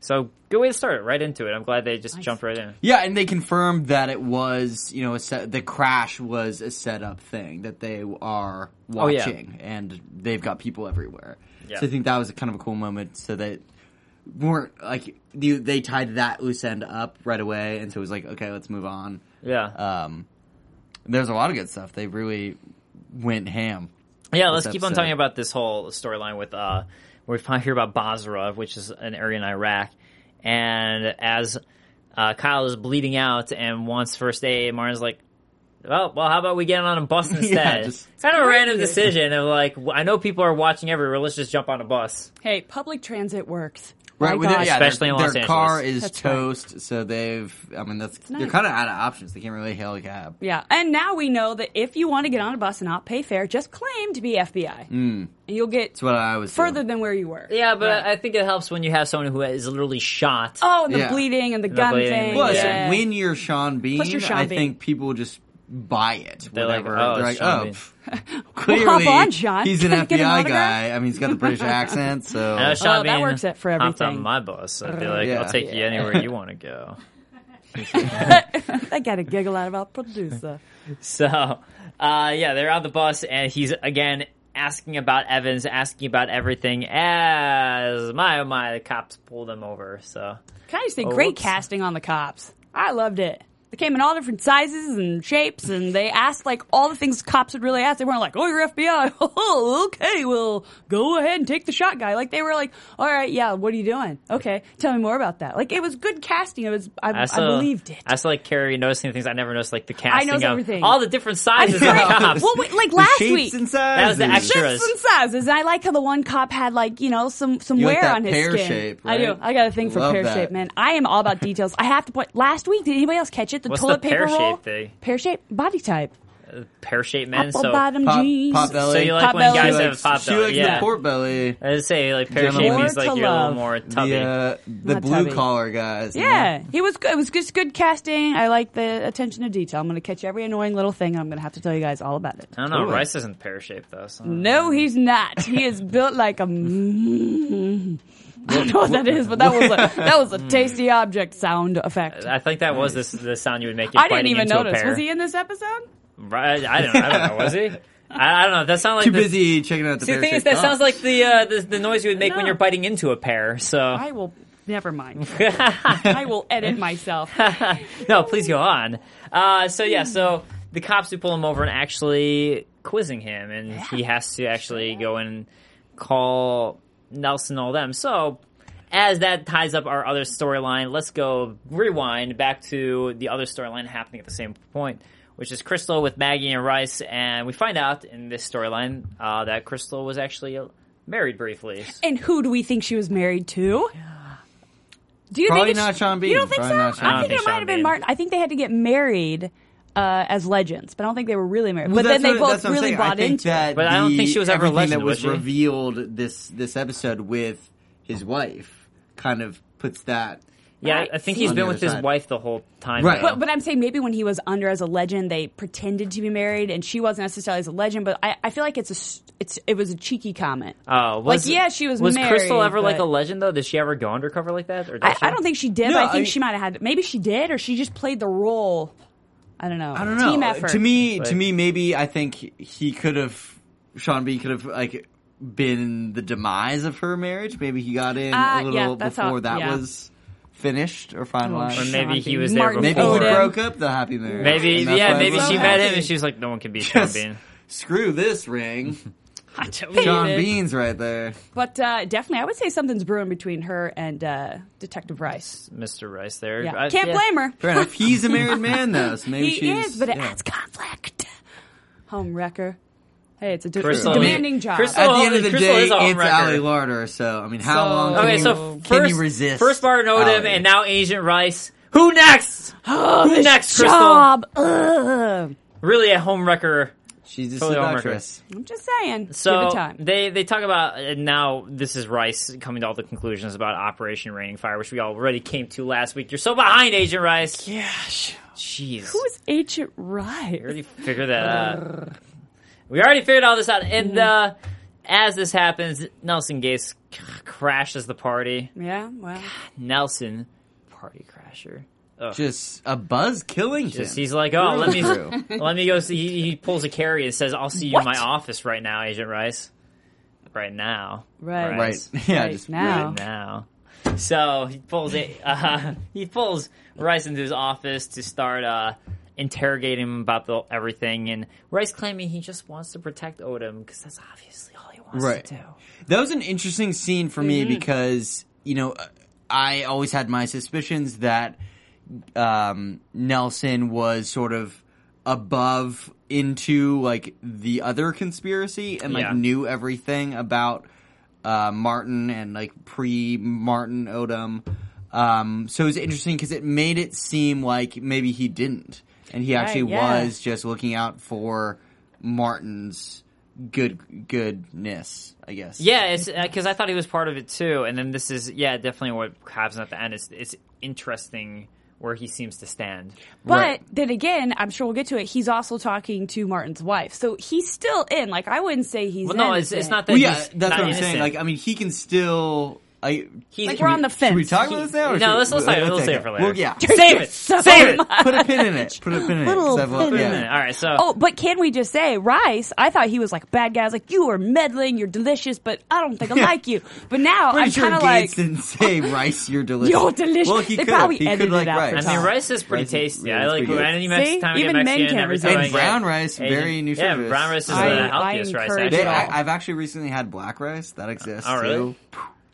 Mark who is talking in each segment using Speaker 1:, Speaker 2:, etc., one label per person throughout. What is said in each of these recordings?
Speaker 1: So good way to start it, right into it. I'm glad they just jumped right in.
Speaker 2: Yeah, and they confirmed that it was, you know, a set, the crash was a setup thing that they are
Speaker 1: Oh, yeah.
Speaker 2: watching, and they've got people everywhere.
Speaker 1: Yeah.
Speaker 2: So I think that was a kind of a cool moment, so that weren't like you, they tied that loose end up right away, and so it was like, okay, let's move on.
Speaker 1: Yeah,
Speaker 2: Um, there's a lot of good stuff. They really went ham.
Speaker 1: yeah. Let's
Speaker 2: this
Speaker 1: keep on
Speaker 2: episode.
Speaker 1: talking about this whole storyline with uh, we finally hear about Basra, which is an area in Iraq, and as uh, Kyle is bleeding out and wants first aid, Martin's like. Well, well, how about we get on a bus instead?
Speaker 2: just-
Speaker 1: it's kind of a random
Speaker 3: Crazy.
Speaker 1: decision of like, w- I know people are watching everywhere. Let's just jp on a bus.
Speaker 3: Hey, public transit works.
Speaker 2: Right,
Speaker 3: My
Speaker 2: with
Speaker 3: gosh.
Speaker 2: yeah, their-
Speaker 1: Especially in Los
Speaker 2: their
Speaker 1: Angeles.
Speaker 2: car is
Speaker 3: That's right.
Speaker 2: toast, so they've. I mean, that's they're
Speaker 3: nice.
Speaker 2: kind of out of options. They can't really hail a cab.
Speaker 3: Yeah, and now we know that if you want to get on a bus and not pay fare, just claim to be FBI, mm. and you'll get
Speaker 2: Hmm. That's what I was
Speaker 3: further than where you were.
Speaker 1: Yeah, but I think it helps when you have someone who is literally shot.
Speaker 3: Oh, and the
Speaker 2: Yeah.
Speaker 3: bleeding and the, gun
Speaker 1: bleeding.
Speaker 3: thing.
Speaker 2: Plus,
Speaker 3: yeah.
Speaker 2: when you're Sean Bean,
Speaker 3: Plus you're Sean
Speaker 2: I
Speaker 3: Bean.
Speaker 2: think people just buy it.
Speaker 1: They're like,
Speaker 2: whatever.
Speaker 1: "Oh,
Speaker 2: They're
Speaker 1: it's
Speaker 2: like,
Speaker 1: Sean
Speaker 2: oh,
Speaker 1: Bean."
Speaker 2: pff, clearly
Speaker 3: on, Sean.
Speaker 2: he's an
Speaker 3: Can I get an
Speaker 2: FBI
Speaker 3: autograph?
Speaker 2: guy. I mean, he's got the British accent, so
Speaker 1: And I was Sean
Speaker 3: Oh, that
Speaker 1: Bean
Speaker 3: works it for
Speaker 1: hopped on
Speaker 3: everything.
Speaker 1: my bus. I'd be like,
Speaker 2: Yeah.
Speaker 1: I'll take you anywhere you want to go.
Speaker 3: I got a giggle out of our producer.
Speaker 1: So, uh, yeah, they're on the bus, and he's again asking about Evans, asking about everything. As my oh my, the cops pull them over. So
Speaker 3: Can I just say, great
Speaker 1: whoops.
Speaker 3: casting on the cops. I loved it. They came in all different sizes and shapes, and they asked like all the things cops would really ask. They weren't like, "Oh, you're FBI." Oh, okay, well, go ahead and take the shot, guy. Like they were like, "All right, yeah, what are you doing? Okay, tell me more about that." Like it was good casting. It was, I, I,
Speaker 1: also-
Speaker 3: believed it.
Speaker 1: I also like Carrie noticing things I never noticed, like the casting
Speaker 3: noticed
Speaker 1: of
Speaker 3: everything.
Speaker 1: all the different sizes of
Speaker 3: Great.
Speaker 1: cops.
Speaker 3: Well, wait, like
Speaker 2: The
Speaker 3: last
Speaker 2: shapes
Speaker 3: week,
Speaker 2: and
Speaker 1: That was the
Speaker 2: sizes.
Speaker 1: extra-
Speaker 3: shapes and sizes. I like how the one cop had like you know some some
Speaker 2: You
Speaker 3: wear
Speaker 2: like that
Speaker 3: on his
Speaker 2: pear
Speaker 3: skin.
Speaker 2: shape,
Speaker 3: I do.
Speaker 2: right?
Speaker 3: I got a thing for
Speaker 2: Love
Speaker 3: pear
Speaker 2: that.
Speaker 3: shape, man. I am all about details. I have to point. Last week, did anybody else catch it? The
Speaker 1: What's the
Speaker 3: toilet paper
Speaker 1: pear
Speaker 3: roll.
Speaker 1: shape thing?
Speaker 3: Pear shape body type.
Speaker 1: pear-shaped men. so,
Speaker 3: bottom
Speaker 2: Pop,
Speaker 3: jeans.
Speaker 2: pop
Speaker 1: so
Speaker 2: belly.
Speaker 1: you like
Speaker 3: Pop
Speaker 1: when
Speaker 3: belly.
Speaker 1: guys
Speaker 3: She
Speaker 1: have pop
Speaker 2: she
Speaker 1: belly?
Speaker 2: likes
Speaker 1: yeah,
Speaker 2: the pork belly.
Speaker 1: I just say like pear-shaped
Speaker 2: More
Speaker 1: means like
Speaker 3: to
Speaker 1: you're a little
Speaker 3: love.
Speaker 1: more tubby.
Speaker 2: The uh, the
Speaker 3: Not
Speaker 2: blue
Speaker 3: tubby.
Speaker 2: collar guys. you
Speaker 3: Yeah,
Speaker 2: know?
Speaker 3: he was. Good. It was just good casting. I like the attention to detail. I'm going to catch every annoying little thing, and I'm going to have to tell you guys all about it.
Speaker 1: I don't know.
Speaker 2: Totally.
Speaker 1: Rice isn't pear-shaped though. So.
Speaker 3: No, he's not. He is built like a. mm. I don't know what that is, but that was a, that was a tasty object sound effect.
Speaker 1: I think that was this the sound you would make. If
Speaker 3: I didn't
Speaker 1: biting
Speaker 3: even
Speaker 1: into a
Speaker 3: notice.
Speaker 1: pear.
Speaker 3: Was he in this episode?
Speaker 1: Right, I don't. I don't know. Was he? I, I don't know. That sounds like
Speaker 2: Too
Speaker 1: the-
Speaker 2: busy checking out the. Oh.
Speaker 1: See, the thing
Speaker 2: pear-shaped
Speaker 1: is, that
Speaker 2: cock.
Speaker 1: sounds like the uh, the, the noise you would make when
Speaker 3: No.
Speaker 1: you're biting into a pear. So
Speaker 3: I will. Never mind. I will edit myself.
Speaker 1: no, please go on. Uh, so yeah, so the cops do pull him over and actually quizzing him, and he has to actually go and call Nelson and all them. So as that ties up our other storyline, let's go rewind back to the other storyline happening at the same point. Which is Crystal with Maggie and Rice, and we find out in this storyline uh, that Crystal was actually married briefly.
Speaker 3: And who do we think she was married to? Do you
Speaker 2: Probably
Speaker 3: think it's-
Speaker 2: not Sean Bean.
Speaker 3: You don't think
Speaker 2: Probably not
Speaker 3: so?
Speaker 2: Sean
Speaker 3: I think
Speaker 1: Bean.
Speaker 3: it might have
Speaker 1: Sean Bean.
Speaker 3: been Martin. I think they had to get married uh, as legends, but I don't think they were really married.
Speaker 2: Well,
Speaker 3: but then
Speaker 2: that's
Speaker 3: they
Speaker 2: what- that's
Speaker 3: both
Speaker 2: what I'm
Speaker 3: really
Speaker 2: saying. I
Speaker 3: bought
Speaker 2: think
Speaker 3: into it.
Speaker 2: that
Speaker 1: But I don't
Speaker 2: the-
Speaker 1: think she was ever a
Speaker 2: everything
Speaker 1: legend,
Speaker 2: that
Speaker 1: was
Speaker 2: was
Speaker 1: she?
Speaker 2: revealed this this episode with his wife kind of puts that.
Speaker 1: Yeah,
Speaker 3: Right.
Speaker 1: I think he's
Speaker 2: On
Speaker 1: been
Speaker 2: the
Speaker 1: with
Speaker 2: other
Speaker 1: his
Speaker 2: side.
Speaker 1: wife the whole time.
Speaker 2: Right.
Speaker 1: though.
Speaker 3: But, but I'm saying maybe when he was under as a legend, they pretended to be married, and she wasn't necessarily as a legend. But I, I feel like it's a s- it's it was a cheeky comment.
Speaker 1: Oh, was,
Speaker 3: Like, yeah, she was
Speaker 1: Was Crystal
Speaker 3: married,
Speaker 1: ever like
Speaker 3: but-
Speaker 1: a legend though? Did she ever go undercover like that? Or did
Speaker 3: I,
Speaker 1: she?
Speaker 3: I don't think she did.
Speaker 2: No,
Speaker 3: but I think
Speaker 2: I-
Speaker 3: she might have had. Maybe she did, or she just played the role. I don't know.
Speaker 2: I don't know.
Speaker 3: Team effort
Speaker 2: To me,
Speaker 1: Like-
Speaker 2: to me, maybe I think he could have Sean B could have like been the demise of her marriage. Maybe he got in
Speaker 3: Uh,
Speaker 2: a little
Speaker 3: yeah, that's
Speaker 2: before
Speaker 3: how-
Speaker 2: that
Speaker 3: yeah. Oh,
Speaker 2: was finished or finalized.
Speaker 1: Or
Speaker 3: Sean
Speaker 1: maybe he
Speaker 3: Bean.
Speaker 1: was there
Speaker 3: Martin
Speaker 1: before.
Speaker 2: Maybe he
Speaker 3: Odom.
Speaker 2: broke up the happy marriage.
Speaker 1: Maybe
Speaker 2: and that's
Speaker 1: yeah,
Speaker 2: why
Speaker 1: maybe
Speaker 2: it's
Speaker 1: she
Speaker 2: so
Speaker 1: met him
Speaker 2: happy.
Speaker 1: and she was like, "No one can be Sean
Speaker 2: Just
Speaker 1: Bean."
Speaker 2: Screw this ring.
Speaker 3: I don't
Speaker 2: Sean
Speaker 3: get it.
Speaker 2: Bean's right there.
Speaker 3: But uh, definitely, I would say something's brewing between her and uh, Detective Rice.
Speaker 1: Mr. Rice there.
Speaker 3: Yeah.
Speaker 1: I-
Speaker 3: Can't
Speaker 1: yeah.
Speaker 3: blame her.
Speaker 2: Fair enough. He's a married man though, so maybe
Speaker 3: He
Speaker 2: she's
Speaker 3: is, but it
Speaker 2: yeah.
Speaker 3: adds conflict. Home wrecker. Hey, it's a, de-
Speaker 1: Crystal,
Speaker 3: it's a
Speaker 1: I
Speaker 3: demanding
Speaker 1: mean,
Speaker 3: job.
Speaker 1: Crystal-
Speaker 2: At the end of the
Speaker 1: Crystal
Speaker 2: day,
Speaker 1: is a home
Speaker 2: it's
Speaker 1: wrecker.
Speaker 2: Ali Larder. So I mean, how
Speaker 3: So-
Speaker 2: long? Can
Speaker 1: Okay,
Speaker 2: you,
Speaker 1: so
Speaker 2: can
Speaker 1: first
Speaker 2: you resist? Oh,
Speaker 1: First Barton Odom
Speaker 2: Ali?
Speaker 1: and now Agent Rice. Who next?
Speaker 3: Oh,
Speaker 1: Who
Speaker 3: this
Speaker 1: next, Crystal?
Speaker 3: job. Ugh.
Speaker 1: Really a home wrecker.
Speaker 2: she's just
Speaker 1: Totally
Speaker 2: a
Speaker 1: home
Speaker 2: actress.
Speaker 3: I'm just saying. Give
Speaker 1: So
Speaker 3: it time.
Speaker 1: they they talk about and now this is Rice coming to all the conclusions about Operation Raining Fire, which we already came to last week. You're so behind, Agent Rice.
Speaker 3: Gosh.
Speaker 1: Jeez.
Speaker 3: Who is Agent
Speaker 1: We
Speaker 3: Rice?
Speaker 1: already figured that out. We already figured all this out. And uh, as this happens, Nelson Gase c- crashes the party.
Speaker 3: Yeah, well.
Speaker 1: Nelson, party crasher.
Speaker 2: Just a Buzz Killington.
Speaker 1: Just, he's like, oh, let me
Speaker 2: True.
Speaker 1: let me go see. He, he pulls a carry and says, "I'll see you in
Speaker 3: What?
Speaker 1: my office right now, Agent Rice." Right now,
Speaker 3: Right.
Speaker 2: right. Yeah.
Speaker 3: Right
Speaker 2: just
Speaker 3: now.
Speaker 1: right now. So he pulls it. Uh, he pulls Rice into his office to start uh, interrogating him about the, everything. And Rice claiming he just wants to protect Odom because that's obviously all he wants
Speaker 2: Right.
Speaker 1: to do.
Speaker 2: That was an interesting scene for me
Speaker 3: Mm-hmm.
Speaker 2: because you know I always had my suspicions that um, Nelson was sort of above into like the other conspiracy and like
Speaker 1: Yeah.
Speaker 2: knew everything about uh, Martin and like pre Martin Odom. Um, so it was interesting because it made it seem like maybe he didn't, and he actually
Speaker 3: yeah.
Speaker 2: was just looking out for Martin's good goodness, I guess.
Speaker 1: Yeah, it's because I thought he was part of it too. And then this is yeah, definitely what happens at the end. It's it's interesting where he seems to stand.
Speaker 3: But
Speaker 2: Right.
Speaker 3: then again, I'm sure we'll get to it. He's also talking to Martin's wife. So he's still in. Like, I wouldn't say he's
Speaker 1: Well, no, it's, it's
Speaker 3: innocent.
Speaker 1: not that.
Speaker 2: Well, yeah,
Speaker 1: he's
Speaker 2: that's
Speaker 1: not
Speaker 2: what I'm
Speaker 1: innocent.
Speaker 2: saying. Like, I mean, he can still. I,
Speaker 1: He's-
Speaker 3: Like, we're on the fence.
Speaker 2: Should we talk about this now? Or
Speaker 1: No,
Speaker 2: should-
Speaker 1: let's- let's talk-
Speaker 2: okay,
Speaker 1: we'll save it
Speaker 2: okay.
Speaker 1: for later.
Speaker 2: Well, yeah.
Speaker 1: Save it,
Speaker 3: So
Speaker 1: save it.
Speaker 3: much.
Speaker 2: Put a pin in it. Put a pin in it.
Speaker 3: Little
Speaker 2: 'cause I've-
Speaker 3: pin in
Speaker 2: yeah.
Speaker 3: it.
Speaker 1: All right, so
Speaker 3: Oh, but can we just say, Rice, I thought he was like a bad guy. I was like, you are meddling, you're delicious, but I don't think I like you. But now
Speaker 2: Pretty
Speaker 3: I'm
Speaker 2: sure
Speaker 3: kind of
Speaker 2: Gates
Speaker 3: like,
Speaker 2: didn't say rice. You're delicious.
Speaker 3: You're delicious.
Speaker 2: Well, he
Speaker 3: They
Speaker 2: could.
Speaker 3: probably
Speaker 2: he
Speaker 3: edited
Speaker 2: could like
Speaker 3: it out for
Speaker 2: rice.
Speaker 1: I mean,
Speaker 3: Tom.
Speaker 1: rice is pretty
Speaker 2: Rice is-
Speaker 1: tasty.
Speaker 2: yeah,
Speaker 1: I
Speaker 2: it's
Speaker 1: like
Speaker 2: pretty good.
Speaker 1: any Mexican time I get
Speaker 3: Even men
Speaker 1: Mexican
Speaker 3: can't
Speaker 1: every
Speaker 3: resist.
Speaker 1: time. I
Speaker 3: And
Speaker 2: brown
Speaker 1: get
Speaker 2: rice,
Speaker 1: Asian-
Speaker 2: very
Speaker 1: Yeah,
Speaker 2: nutritious.
Speaker 1: brown rice is
Speaker 3: I-
Speaker 1: the
Speaker 3: I
Speaker 1: healthiest rice.
Speaker 3: encourage
Speaker 1: Actually.
Speaker 2: They,
Speaker 3: it.
Speaker 2: I, I've actually recently had black rice that exists.
Speaker 1: Oh, really?
Speaker 2: Too.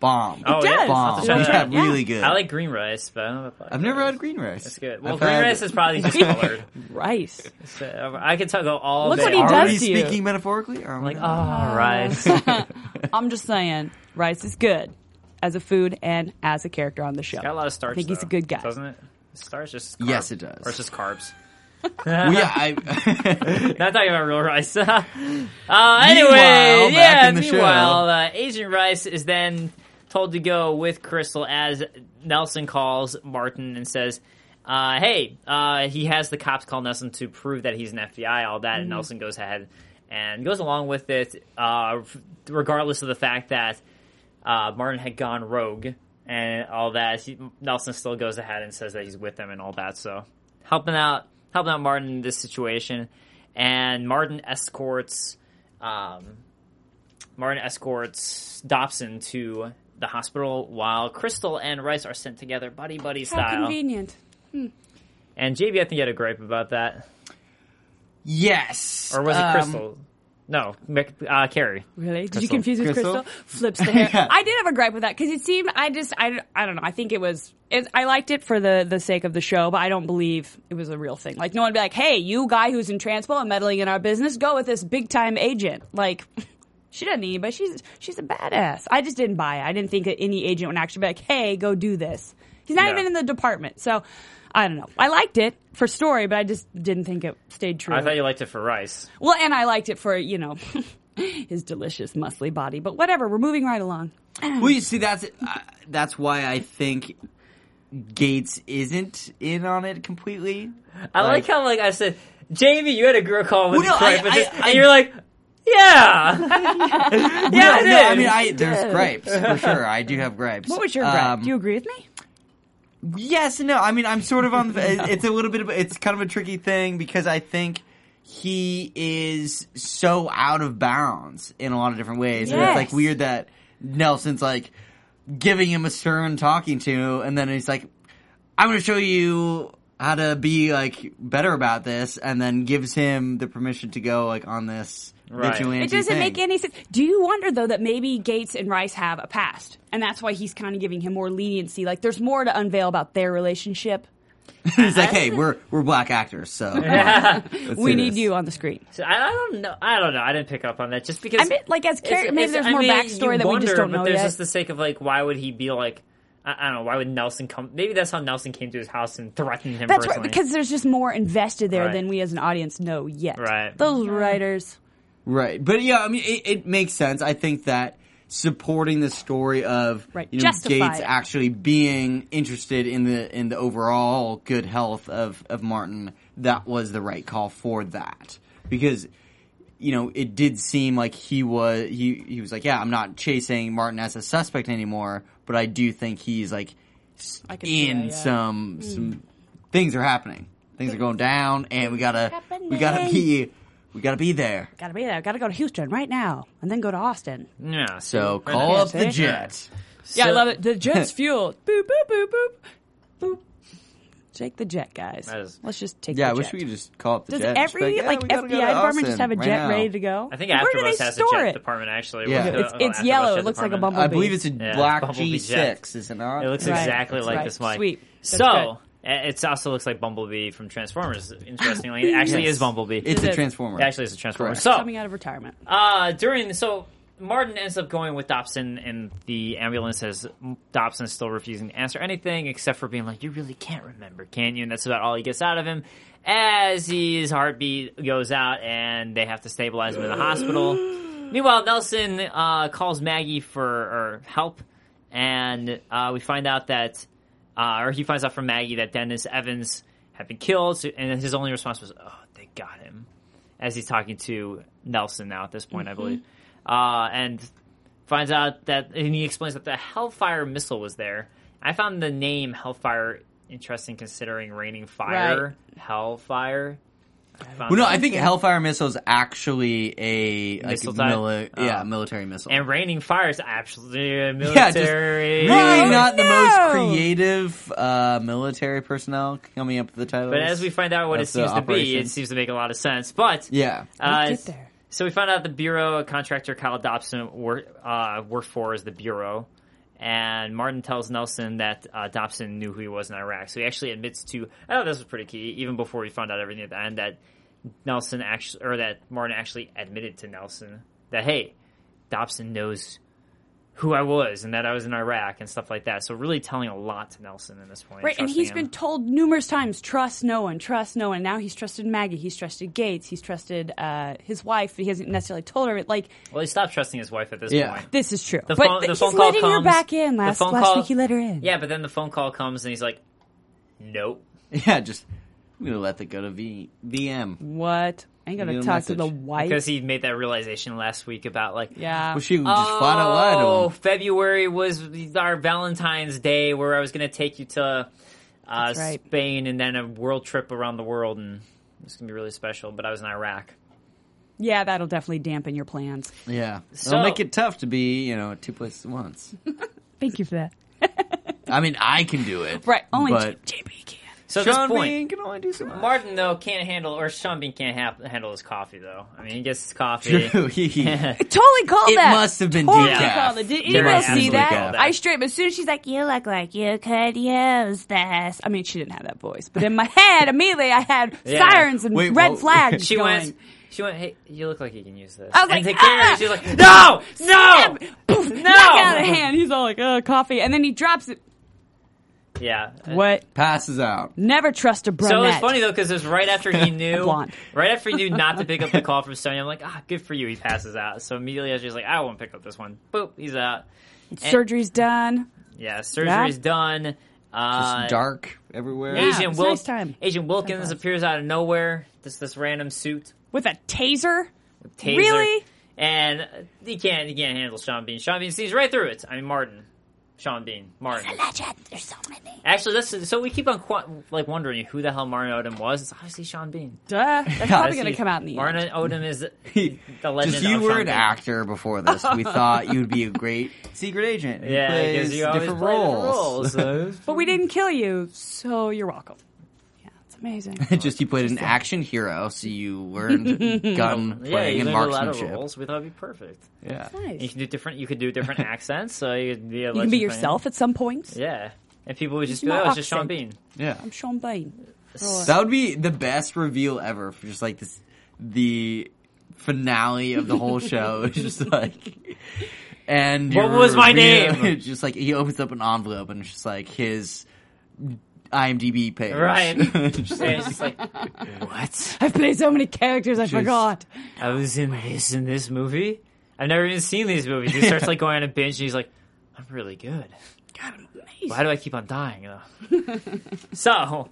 Speaker 2: Bomb.
Speaker 1: Oh, It yeah? does.
Speaker 2: Bomb.
Speaker 1: I'll try
Speaker 2: Yeah,
Speaker 1: that.
Speaker 2: really good.
Speaker 1: I like green rice, but I don't know about black
Speaker 2: I've never
Speaker 1: rice.
Speaker 2: had green rice.
Speaker 1: It's good. Well,
Speaker 2: I've
Speaker 1: green
Speaker 2: had-
Speaker 1: rice is probably just colored.
Speaker 3: Rice.
Speaker 1: So I could talk about all
Speaker 3: Look
Speaker 1: day.
Speaker 3: what he
Speaker 1: All
Speaker 3: does
Speaker 2: Are
Speaker 1: right.
Speaker 2: we
Speaker 3: to you.
Speaker 2: speaking metaphorically? Or am I
Speaker 1: Like, oh,
Speaker 2: not?
Speaker 1: rice.
Speaker 3: I'm just saying, Rice is good as a food and as a character on the show.
Speaker 1: Got a lot of starch.
Speaker 3: I think he's
Speaker 1: though,
Speaker 3: a good guy.
Speaker 1: doesn't it? Starch is just
Speaker 2: Yes,
Speaker 1: carb-
Speaker 2: it does.
Speaker 1: Or it's just carbs.
Speaker 2: Well, yeah, I,
Speaker 1: Not talking about real rice. uh, anyway,
Speaker 2: Meanwhile, back
Speaker 1: yeah.
Speaker 2: in the show.
Speaker 1: meanwhile, uh, Agent Rice is then told to go with Crystal as Nelson calls Martin and says, uh, "Hey, uh, he has the cops call Nelson to prove that he's an FBI. All that." And
Speaker 3: Mm-hmm.
Speaker 1: Nelson goes ahead and goes along with it, uh, regardless of the fact that uh, Martin had gone rogue and all that. He, Nelson still goes ahead and says that he's with them and all that. So helping out, helping out Martin in this situation, and Martin escorts, um, Martin escorts Dobson to the hospital while Crystal and Rice are sent together, buddy buddy
Speaker 3: How
Speaker 1: style.
Speaker 3: convenient.
Speaker 1: And JB, I think you had a gripe about that,
Speaker 2: yes.
Speaker 1: or was it
Speaker 2: Um,
Speaker 1: Crystal? No, Mc- uh, Carrie.
Speaker 3: Really? Did
Speaker 1: Crystal.
Speaker 3: you confuse with
Speaker 2: Crystal?
Speaker 3: Crystal? Flips the hair.
Speaker 2: Yeah.
Speaker 3: I did have a gripe with that because it seemed I just I, I don't know. I think it was it, I liked it for the the sake of the show, but I don't believe it was a real thing. Like no one would be like, "Hey, you guy who's in transpo and meddling in our business, go with this big time agent." Like she doesn't need, but she's she's a badass. I just didn't buy it. I didn't think that any agent would actually be like, "Hey, go do this." He's not
Speaker 1: Yeah.
Speaker 3: even in the department, so. I don't know. I liked it for story, but I just didn't think it stayed true.
Speaker 1: I thought you liked it for Rice.
Speaker 3: Well, and I liked it for, you know, his delicious, muscly body. But whatever, we're moving right along.
Speaker 2: Well, you see, that's uh, that's why I think Gates isn't in on it completely.
Speaker 1: I like, how like I said, Jamie, you had a girl call with
Speaker 2: Well, no,
Speaker 1: gripe
Speaker 2: I-
Speaker 1: with this,
Speaker 2: I-
Speaker 1: and
Speaker 2: I-
Speaker 1: you're like, yeah, yeah,
Speaker 2: No, I
Speaker 1: it
Speaker 2: mean,
Speaker 1: is.
Speaker 2: I, there's gripes for sure. I do have gripes.
Speaker 3: What was your gripe?
Speaker 2: Um,
Speaker 3: Do you agree with me?
Speaker 2: Yes, no. I mean, I'm sort of on. the It's a little bit. Of, it's kind of a tricky thing because I think he is so out of bounds in a lot of different ways. And it's like
Speaker 3: Yes.
Speaker 2: weird that Nelson's like giving him a stern talking to, and then he's like, "I'm going to show you." How to be like better about this, and then gives him the permission to go like on this
Speaker 1: Right.
Speaker 2: vigilante
Speaker 3: It doesn't
Speaker 2: thing.
Speaker 3: make any sense. Do you wonder, though, that maybe Gates and Rice have a past? And that's why he's kind of giving him more leniency. Like, there's more to unveil about their relationship.
Speaker 2: He's like, hey, we're we're black actors, so come on. Let's
Speaker 3: We
Speaker 2: do
Speaker 3: need
Speaker 2: this."
Speaker 3: you on the screen.
Speaker 1: So I, I don't know. I don't know. I didn't pick up on that just because.
Speaker 3: I mean, like, as
Speaker 1: It's-
Speaker 3: character, maybe
Speaker 1: it's-
Speaker 3: there's
Speaker 1: I
Speaker 3: more
Speaker 1: mean,
Speaker 3: backstory
Speaker 1: you
Speaker 3: that we
Speaker 1: wonder,
Speaker 3: just don't
Speaker 1: but
Speaker 3: know
Speaker 1: There's
Speaker 3: yet.
Speaker 1: just the sake of like, why would he be like? I, I don't know. Why would Nelson come? Maybe that's how Nelson came to his house and threatened him.
Speaker 3: That's right,
Speaker 1: personally.
Speaker 3: because there's just more invested there
Speaker 1: Right.
Speaker 3: than we as an audience know yet.
Speaker 1: Right.
Speaker 3: Those writers.
Speaker 2: Right. But yeah, I mean, it, it makes sense. I think that supporting the story of
Speaker 3: Right.
Speaker 2: you know,
Speaker 3: Justify
Speaker 2: Gates
Speaker 3: it.
Speaker 2: actually being interested in the in the overall good health of of Martin, that was the right call for that because you know it did seem like he was he he was like yeah I'm not chasing Martin as a suspect anymore, but I do think he's like s-
Speaker 3: I
Speaker 2: in
Speaker 3: can see that, yeah. Hmm.
Speaker 2: some some things are happening, things are going down, and we gotta we gotta
Speaker 3: Happening.
Speaker 2: be we gotta be there.
Speaker 3: Gotta be there. Gotta go to Houston right now and then go to Austin.
Speaker 1: yeah.
Speaker 2: So call
Speaker 1: Yeah,
Speaker 2: up the
Speaker 3: see?
Speaker 2: jet.
Speaker 3: Yeah, I
Speaker 1: So-
Speaker 3: love it. The jet's fuel. Boop, boop, boop, boop. Boop. Take the jet, guys.
Speaker 1: That is-
Speaker 3: Let's just take
Speaker 2: Yeah, I
Speaker 3: the jet.
Speaker 2: wish we could just call up the
Speaker 3: Does
Speaker 2: jet. Just be
Speaker 3: every
Speaker 2: yeah,
Speaker 3: like
Speaker 2: we
Speaker 3: FBI
Speaker 2: gotta go to
Speaker 3: department just
Speaker 2: Austin
Speaker 3: have a
Speaker 2: right
Speaker 3: jet
Speaker 2: now.
Speaker 3: ready to go?
Speaker 1: I think
Speaker 3: Where
Speaker 1: Afterbus
Speaker 3: do they
Speaker 1: has
Speaker 3: store
Speaker 1: a jet
Speaker 3: it?
Speaker 1: department. Actually,
Speaker 2: Yeah.
Speaker 1: With the-
Speaker 3: It's-
Speaker 1: oh,
Speaker 3: it's
Speaker 1: Afterbus
Speaker 3: yellow.
Speaker 1: jet
Speaker 3: It looks like a
Speaker 1: department.
Speaker 2: I
Speaker 3: Bumblebee.
Speaker 2: believe it's a
Speaker 1: Yeah,
Speaker 2: black
Speaker 1: Bumblebee jet.
Speaker 2: G6, is it not?
Speaker 1: It looks
Speaker 3: Right.
Speaker 1: exactly
Speaker 3: That's
Speaker 1: like
Speaker 3: right.
Speaker 1: this one.
Speaker 3: Sweet. That's
Speaker 1: So it also looks like Bumblebee from Transformers. Interestingly, it actually
Speaker 2: Yes.
Speaker 1: is Bumblebee.
Speaker 2: It's
Speaker 3: It
Speaker 2: a
Speaker 3: is.
Speaker 2: transformer.
Speaker 1: It actually is a Transformer.
Speaker 2: Correct.
Speaker 1: So
Speaker 3: Coming out of retirement.
Speaker 1: uh, during so Martin ends up going with Dobson, and the ambulance says Dobson's still refusing to answer anything except for being like, "You really can't remember, can you?" And that's about all he gets out of him. As his heartbeat goes out, and they have to stabilize him in the hospital. Meanwhile, Nelson uh, calls Maggie for or help, and uh, we find out that, uh, or he finds out from Maggie that Dennis Evans had been killed, so- and his only response was, "Oh, they got him." as he's talking to Nelson now at this point,
Speaker 2: Mm-hmm.
Speaker 1: I believe, uh, and finds out that and he explains that the Hellfire missile was there. I found the name Hellfire interesting, considering raining fire, Hellfire. I found
Speaker 2: Well, no,
Speaker 1: that-
Speaker 2: I think Hellfire missile is actually a like
Speaker 1: Missile type?
Speaker 2: mili- yeah
Speaker 1: Oh.
Speaker 2: military missile.
Speaker 1: and raining fire is absolutely a
Speaker 2: yeah, just
Speaker 1: military.
Speaker 2: really
Speaker 3: Oh,
Speaker 2: not the most creative uh, military personnel coming up with the title.
Speaker 1: but as we find out what it
Speaker 2: That's the
Speaker 1: seems to be,
Speaker 2: operation.
Speaker 1: it seems to make a lot of sense. But
Speaker 2: yeah,
Speaker 1: Uh,
Speaker 3: get there.
Speaker 1: So we found out the bureau contractor Kyle Dobson wor- uh, worked for is the bureau, and Martin tells Nelson that uh, Dobson knew who he was in Iraq. So he actually admits to. I thought this was pretty key, even before we found out everything at the end that Nelson actually or that Martin actually admitted to Nelson that hey, Dobson knows who I was and that I was in Iraq and stuff like that. So really telling a lot to Nelson at this point.
Speaker 3: Right, and
Speaker 1: trusting
Speaker 3: he's
Speaker 1: him.
Speaker 3: been told numerous times, trust no one, trust no one. Now he's trusted Maggie, he's trusted Gates, he's trusted uh, his wife. He hasn't necessarily told her. Like
Speaker 1: well, he stopped trusting his wife at this
Speaker 2: Yeah.
Speaker 1: point.
Speaker 3: this is true,
Speaker 1: The
Speaker 3: but
Speaker 1: phone, the
Speaker 3: th- he's
Speaker 1: phone call
Speaker 3: letting
Speaker 1: comes.
Speaker 3: her back in.
Speaker 1: the
Speaker 3: Last
Speaker 1: phone
Speaker 3: last
Speaker 1: call-
Speaker 3: week he let her in.
Speaker 1: Yeah, but then the phone call comes and he's like, "Nope."
Speaker 2: Yeah, just I'm gonna let that go to v- VM.
Speaker 3: What? I ain't gonna
Speaker 2: Leave a
Speaker 3: talk to
Speaker 2: message.
Speaker 3: the wife.
Speaker 1: Because he made that realization last week about like,
Speaker 3: yeah,
Speaker 2: Well, she just flat out lied
Speaker 1: oh,
Speaker 2: to him.
Speaker 1: February was our Valentine's Day where I was going to take you to uh,
Speaker 3: That's right.
Speaker 1: Spain and then a world trip around the world and it's going to be really special. But I was in Iraq.
Speaker 3: yeah, that'll definitely dampen your plans.
Speaker 2: Yeah,
Speaker 1: So-
Speaker 2: it'll make it tough to be you know at two places at once.
Speaker 3: Thank you for that.
Speaker 2: I mean, I can do it,
Speaker 3: Right, only
Speaker 2: But
Speaker 3: J- JP can.
Speaker 1: So at
Speaker 2: Sean
Speaker 1: this point,
Speaker 2: Bean can only do so much.
Speaker 1: Martin though can't handle, or Sean Bean can't ha- handle his coffee though. I mean, he gets his coffee.
Speaker 2: True, he-
Speaker 3: It totally called
Speaker 2: It
Speaker 3: that.
Speaker 2: must have been
Speaker 3: totally
Speaker 1: decaf.
Speaker 3: called it. Did
Speaker 1: They
Speaker 3: you guys
Speaker 1: must
Speaker 3: see
Speaker 1: have
Speaker 3: that?
Speaker 1: decaf.
Speaker 3: I straight. As soon as she's like, "You look like you could use this," I mean, she didn't have that voice, but in my head, immediately I had
Speaker 1: Yeah.
Speaker 3: sirens and
Speaker 2: Wait,
Speaker 3: red
Speaker 2: what-
Speaker 3: flags.
Speaker 1: She
Speaker 3: going.
Speaker 1: went. She went. Hey, you look like you can use this.
Speaker 3: I was
Speaker 1: and
Speaker 3: like,
Speaker 1: to Karen,
Speaker 3: "Ah!"
Speaker 1: she was like, no, no,
Speaker 3: Poof,
Speaker 1: no.
Speaker 3: knock out of hand. He's all like, "Uh, coffee," and then he drops it.
Speaker 1: Yeah. Uh,
Speaker 3: What?
Speaker 2: passes out.
Speaker 3: Never trust a brunette.
Speaker 1: So it was funny though because it was right after he knew,
Speaker 3: Blonde.
Speaker 1: right after he knew not to pick up the call from Sony. I'm like, ah, good for you. He passes out. So immediately I was just like, I won't pick up this one. Boop, he's out.
Speaker 3: Surgery's done.
Speaker 1: Yeah, surgery's
Speaker 3: Yeah.
Speaker 1: done. Uh,
Speaker 2: Just dark everywhere.
Speaker 3: Yeah.
Speaker 1: Agent
Speaker 3: it's
Speaker 1: Wil-
Speaker 3: nice time.
Speaker 1: Agent Wilkins
Speaker 3: Sometimes.
Speaker 1: appears out of nowhere. This this random suit.
Speaker 3: With a taser?
Speaker 1: taser.
Speaker 3: Really?
Speaker 1: And he can't he can't handle Sean Bean. Sean Bean sees right through it. I mean Martin, Sean Bean, Martin.
Speaker 3: Legend. There's so many.
Speaker 1: Actually, that's so we keep on qu- like wondering who the hell Martin Odom was. It's obviously Sean Bean.
Speaker 3: Duh. That's probably
Speaker 1: Obviously,
Speaker 3: going to come out in the end.
Speaker 1: Martin Odom is the legend.
Speaker 2: Just you
Speaker 1: of
Speaker 2: were
Speaker 1: Sean
Speaker 2: an
Speaker 1: Bean.
Speaker 2: actor before this. We thought you'd be a great secret agent. who
Speaker 1: Yeah,
Speaker 2: plays
Speaker 1: because you always
Speaker 2: different
Speaker 1: play
Speaker 2: roles.
Speaker 1: different roles. so-
Speaker 3: But we didn't kill you, so you're welcome. Yeah, it's amazing.
Speaker 2: Just you played an action hero, so you learned gun
Speaker 1: yeah,
Speaker 2: playing
Speaker 1: you
Speaker 2: and
Speaker 1: learned a lot of
Speaker 2: marksmanship.
Speaker 1: roles. We thought it'd be perfect.
Speaker 2: Yeah.
Speaker 3: nice.
Speaker 1: You could do different. You could do different accents. So you could be a
Speaker 3: You can be
Speaker 1: legend playing-
Speaker 3: yourself at some points.
Speaker 1: Yeah, and people would just be
Speaker 3: my
Speaker 1: like, "Oh, it's just Sean
Speaker 3: accent.
Speaker 1: Bean."
Speaker 2: Yeah.
Speaker 3: I'm Sean Bean.
Speaker 2: That would be the best reveal ever for just like this the finale of the whole show. It's just like and
Speaker 1: What
Speaker 2: your
Speaker 1: was my
Speaker 2: reveal-
Speaker 1: name?
Speaker 2: it's just like he opens up an envelope and it's just like his IMDb page.
Speaker 1: Right. And
Speaker 2: Just like-
Speaker 1: it's just like, what?
Speaker 3: I've played so many characters, I forgot.
Speaker 1: I was in this in this movie. I've never even seen these movies. He starts like going on a binge, and he's like, "I'm really good.
Speaker 3: God, I'm amazed.
Speaker 1: Why do I keep on dying though?" so,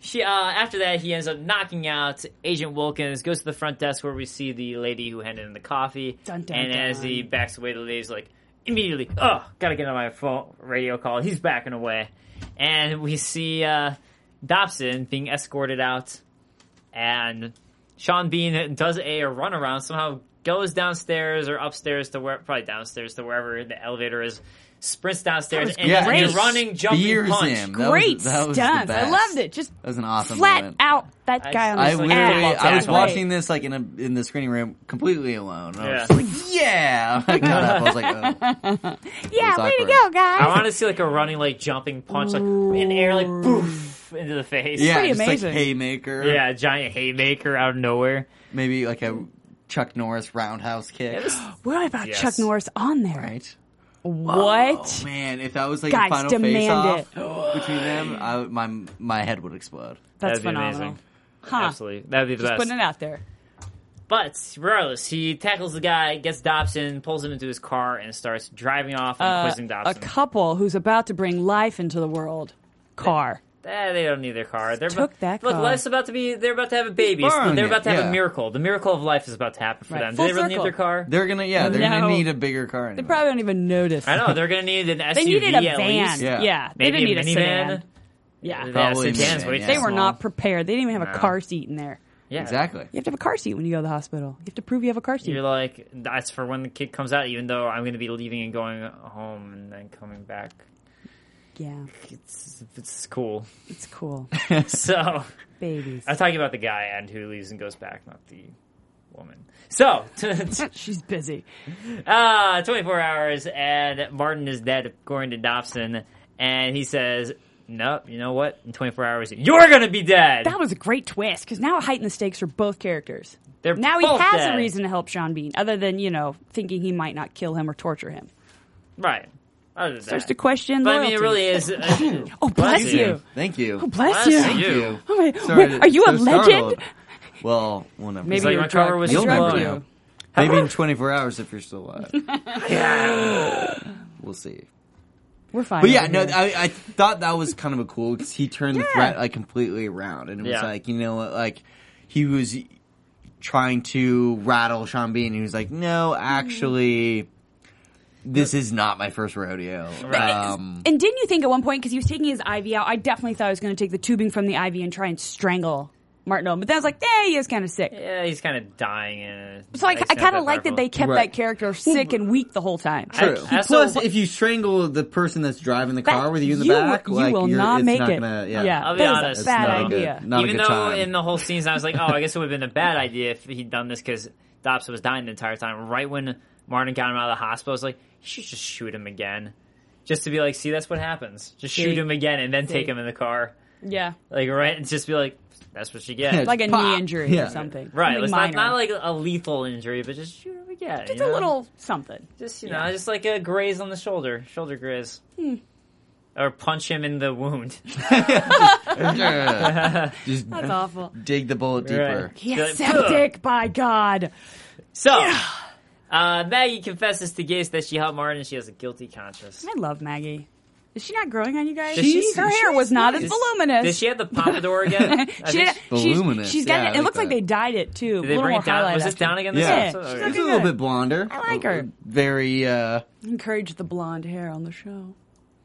Speaker 1: she uh, after that, he ends up knocking out Agent Wilkins. Goes to the front desk where we see the lady who handed him the coffee.
Speaker 3: Dun, dun,
Speaker 1: and as
Speaker 3: dun.
Speaker 1: he backs away, the lady's like, immediately, "Oh, gotta get on my phone radio call." He's backing away, and we see uh, Dobson being escorted out and Sean Bean does a runaround, somehow goes downstairs or upstairs to where, probably downstairs to wherever the elevator is, sprints downstairs, and
Speaker 2: yeah,
Speaker 1: a
Speaker 2: just
Speaker 1: running jumping
Speaker 2: spears
Speaker 1: punch.
Speaker 2: him. That was-
Speaker 3: Great
Speaker 2: that was the
Speaker 3: stunts. I
Speaker 2: best.
Speaker 3: loved it. Just
Speaker 2: That was an awesome
Speaker 3: flat
Speaker 2: moment.
Speaker 3: out that
Speaker 1: I-
Speaker 3: guy on the
Speaker 2: I
Speaker 1: Just, like,
Speaker 2: literally,
Speaker 1: football
Speaker 2: I was
Speaker 1: tackle.
Speaker 2: watching this like in a in the screening room, completely alone. I was
Speaker 1: Yeah.
Speaker 2: just like, yeah, I got up. I was like, oh.
Speaker 3: Yeah,
Speaker 2: It was
Speaker 3: way to
Speaker 2: awkward.
Speaker 3: go, guys.
Speaker 1: I want to see like a running like jumping punch, like in air, like poof into the face.
Speaker 2: yeah,
Speaker 3: pretty
Speaker 2: just like
Speaker 3: amazing.
Speaker 2: haymaker.
Speaker 1: yeah, a giant haymaker out of nowhere.
Speaker 2: maybe like a Chuck Norris roundhouse kick.
Speaker 3: what about
Speaker 1: Yes.
Speaker 3: Chuck Norris on there?
Speaker 2: Right.
Speaker 3: What?
Speaker 2: Oh, man, if that was like
Speaker 3: Guys,
Speaker 2: a final
Speaker 3: demand
Speaker 2: face off between them, I, my my head would explode.
Speaker 3: That's
Speaker 1: That'd be
Speaker 3: phenomenal.
Speaker 1: amazing.
Speaker 3: Huh.
Speaker 1: Absolutely, that'd be the
Speaker 3: Ah. Just
Speaker 1: best.
Speaker 3: putting it out there.
Speaker 1: But regardless, he tackles the guy, gets Dobson, pulls him into his car, and starts driving off and
Speaker 3: Uh,
Speaker 1: quizzing
Speaker 3: a
Speaker 1: Dobson.
Speaker 3: couple who's about to bring life into the world. Car.
Speaker 1: Eh, they don't need their car. They're
Speaker 3: took
Speaker 1: abo-
Speaker 3: that
Speaker 1: Look,
Speaker 3: car.
Speaker 1: life's about to be. They're about to have a baby.
Speaker 2: He's borrowing
Speaker 1: they're about to
Speaker 2: it,
Speaker 1: have a
Speaker 2: yeah.
Speaker 1: miracle. The miracle of life is about to happen for
Speaker 3: Right,
Speaker 1: them. Do
Speaker 3: full
Speaker 1: they really need
Speaker 3: circle.
Speaker 1: their car?
Speaker 2: They're gonna yeah, they're
Speaker 3: No.
Speaker 2: gonna need a bigger car.
Speaker 3: They
Speaker 2: anyway.
Speaker 3: probably don't even notice.
Speaker 1: I know they're going to need an SUV.
Speaker 3: They needed a
Speaker 1: at
Speaker 3: van.
Speaker 1: least.
Speaker 2: Yeah.
Speaker 3: They
Speaker 1: Maybe
Speaker 3: didn't need
Speaker 1: a
Speaker 3: a
Speaker 1: minivan.
Speaker 3: sedan. Yeah.
Speaker 1: Yeah,
Speaker 2: Probably
Speaker 1: sedans
Speaker 2: minivan,
Speaker 1: way
Speaker 2: yeah.
Speaker 1: too
Speaker 3: They were not
Speaker 1: small.
Speaker 3: prepared. They didn't even have
Speaker 1: No.
Speaker 3: a car seat in there.
Speaker 1: Yeah.
Speaker 2: exactly.
Speaker 3: You have to have a car seat when you go to the hospital. You have to prove you have a car seat.
Speaker 1: You're like that's for when the kid comes out. Even though I'm going to be leaving and going home and then coming back.
Speaker 3: yeah.
Speaker 1: It's it's cool.
Speaker 3: It's cool.
Speaker 1: so
Speaker 3: Babies.
Speaker 1: I'm talking about the guy and who leaves and goes back, not the woman. So
Speaker 3: She's busy.
Speaker 1: Ah, 24 hours, and Martin is dead, according to Dobson. And he says, Nope, you know what? In 24 hours, you're going to be dead.
Speaker 3: That was a great twist because now it heightened the stakes for both characters.
Speaker 1: They're
Speaker 3: now he
Speaker 1: both
Speaker 3: has
Speaker 1: dead.
Speaker 3: a reason to help Sean Bean, other than you know thinking he might not kill him or torture him.
Speaker 1: right. Other than
Speaker 3: Starts
Speaker 1: that.
Speaker 3: to question.
Speaker 1: But I mean, it
Speaker 3: loyalties.
Speaker 1: really is. uh,
Speaker 3: Oh, bless
Speaker 1: Bless
Speaker 3: you.
Speaker 2: Thank you.
Speaker 3: Oh,
Speaker 1: Bless
Speaker 3: bless you.
Speaker 1: you.
Speaker 3: Oh my,
Speaker 2: Sorry
Speaker 3: wait,
Speaker 2: to-
Speaker 3: are you a
Speaker 2: so
Speaker 3: legend?
Speaker 2: startled. Well, we'll never
Speaker 3: Maybe
Speaker 2: know.
Speaker 1: like
Speaker 3: you're
Speaker 1: my cover
Speaker 3: drunk.
Speaker 1: was
Speaker 3: They
Speaker 2: You'll
Speaker 1: drunk
Speaker 2: never
Speaker 1: blood.
Speaker 3: drugged you.
Speaker 2: know. Maybe in 24 hours if you're still alive. we'll see.
Speaker 3: We're fine.
Speaker 2: But yeah,
Speaker 3: over
Speaker 2: no,
Speaker 3: here.
Speaker 2: I, I thought that was kind of a cool because he turned the threat like completely around, and it was
Speaker 1: Yeah.
Speaker 2: like you know, like he was trying to rattle Sean Bean, and he was like, "No, actually, this is not my first rodeo." Um,
Speaker 3: and didn't you think at one point because he was taking his IV out? I definitely thought I was going to take the tubing from the IV and try and strangle Martineau, but then I was like, yeah, he is kind of sick.
Speaker 1: Yeah, he's kind of dying. In a-
Speaker 3: So I,
Speaker 1: like,
Speaker 3: I
Speaker 1: it's not
Speaker 3: kind of like that
Speaker 1: powerful.
Speaker 3: they kept
Speaker 2: Right.
Speaker 3: that character sick and weak the whole time.
Speaker 1: True. I- I also-
Speaker 2: Plus, if you strangle the person that's driving the
Speaker 3: That-
Speaker 2: car with you in the
Speaker 3: you
Speaker 2: back,
Speaker 3: will- you
Speaker 2: like,
Speaker 3: will
Speaker 2: you're,
Speaker 3: not
Speaker 2: it's
Speaker 3: make
Speaker 2: not
Speaker 3: it.
Speaker 2: Gonna, yeah,
Speaker 3: Yeah.
Speaker 1: I'll be
Speaker 3: That is a
Speaker 1: honest.
Speaker 3: bad
Speaker 2: It's not a
Speaker 3: idea.
Speaker 2: Good, not
Speaker 1: Even
Speaker 2: a
Speaker 1: though
Speaker 2: good time.
Speaker 1: in the whole scenes, I was like, oh, I guess it would have been a bad idea if he'd done this because Dobbs was dying the entire time. Right when Martin got him out of the hospital, I was like, you should just shoot him again. Just to be like, see, that's what happens. Just
Speaker 3: See?
Speaker 1: shoot him again and then take
Speaker 3: See?
Speaker 1: him in the car.
Speaker 3: Yeah,
Speaker 1: Like, right? And just be like, that's what you get.
Speaker 2: Yeah,
Speaker 3: like a
Speaker 2: Pop.
Speaker 3: knee injury
Speaker 2: Yeah.
Speaker 3: or something.
Speaker 1: right.
Speaker 3: Something
Speaker 1: It's
Speaker 3: minor.
Speaker 1: not, not like a lethal injury, but just shoot him again.
Speaker 3: just
Speaker 1: you
Speaker 3: a
Speaker 1: know?
Speaker 3: little something.
Speaker 1: Just, you know, just like a graze on the shoulder. Shoulder graze.
Speaker 3: Hmm.
Speaker 1: Or punch him in the wound.
Speaker 2: Just
Speaker 3: That's awful.
Speaker 2: dig the bullet deeper.
Speaker 1: Right.
Speaker 3: He
Speaker 1: Be
Speaker 3: has
Speaker 1: like, "Ugh."
Speaker 3: septic. By God,
Speaker 1: So, uh, Maggie confesses to Gates that she helped Martin and she has a guilty conscience.
Speaker 3: I love Maggie. Is she not growing on you guys?
Speaker 1: Does she-
Speaker 3: her hair was not as
Speaker 1: Does-
Speaker 3: voluminous.
Speaker 1: Did she have the pompadour again? I
Speaker 3: she
Speaker 1: think-
Speaker 3: did,
Speaker 2: Voluminous,
Speaker 3: She's, she's
Speaker 2: yeah,
Speaker 3: got it.
Speaker 2: I
Speaker 3: It
Speaker 2: like
Speaker 3: looks like
Speaker 2: that.
Speaker 3: they dyed it
Speaker 1: Did
Speaker 3: too. a
Speaker 1: they
Speaker 3: little
Speaker 1: bring
Speaker 3: more
Speaker 1: it down?
Speaker 3: highlight
Speaker 1: Was this
Speaker 3: after.
Speaker 1: down again this
Speaker 2: Yeah,
Speaker 1: episode?
Speaker 3: she's
Speaker 1: Okay.
Speaker 2: She's
Speaker 3: looking
Speaker 2: a little
Speaker 3: good.
Speaker 2: bit blonder.
Speaker 3: I like her.
Speaker 2: Very. uh
Speaker 3: encouraged the blonde hair on the show.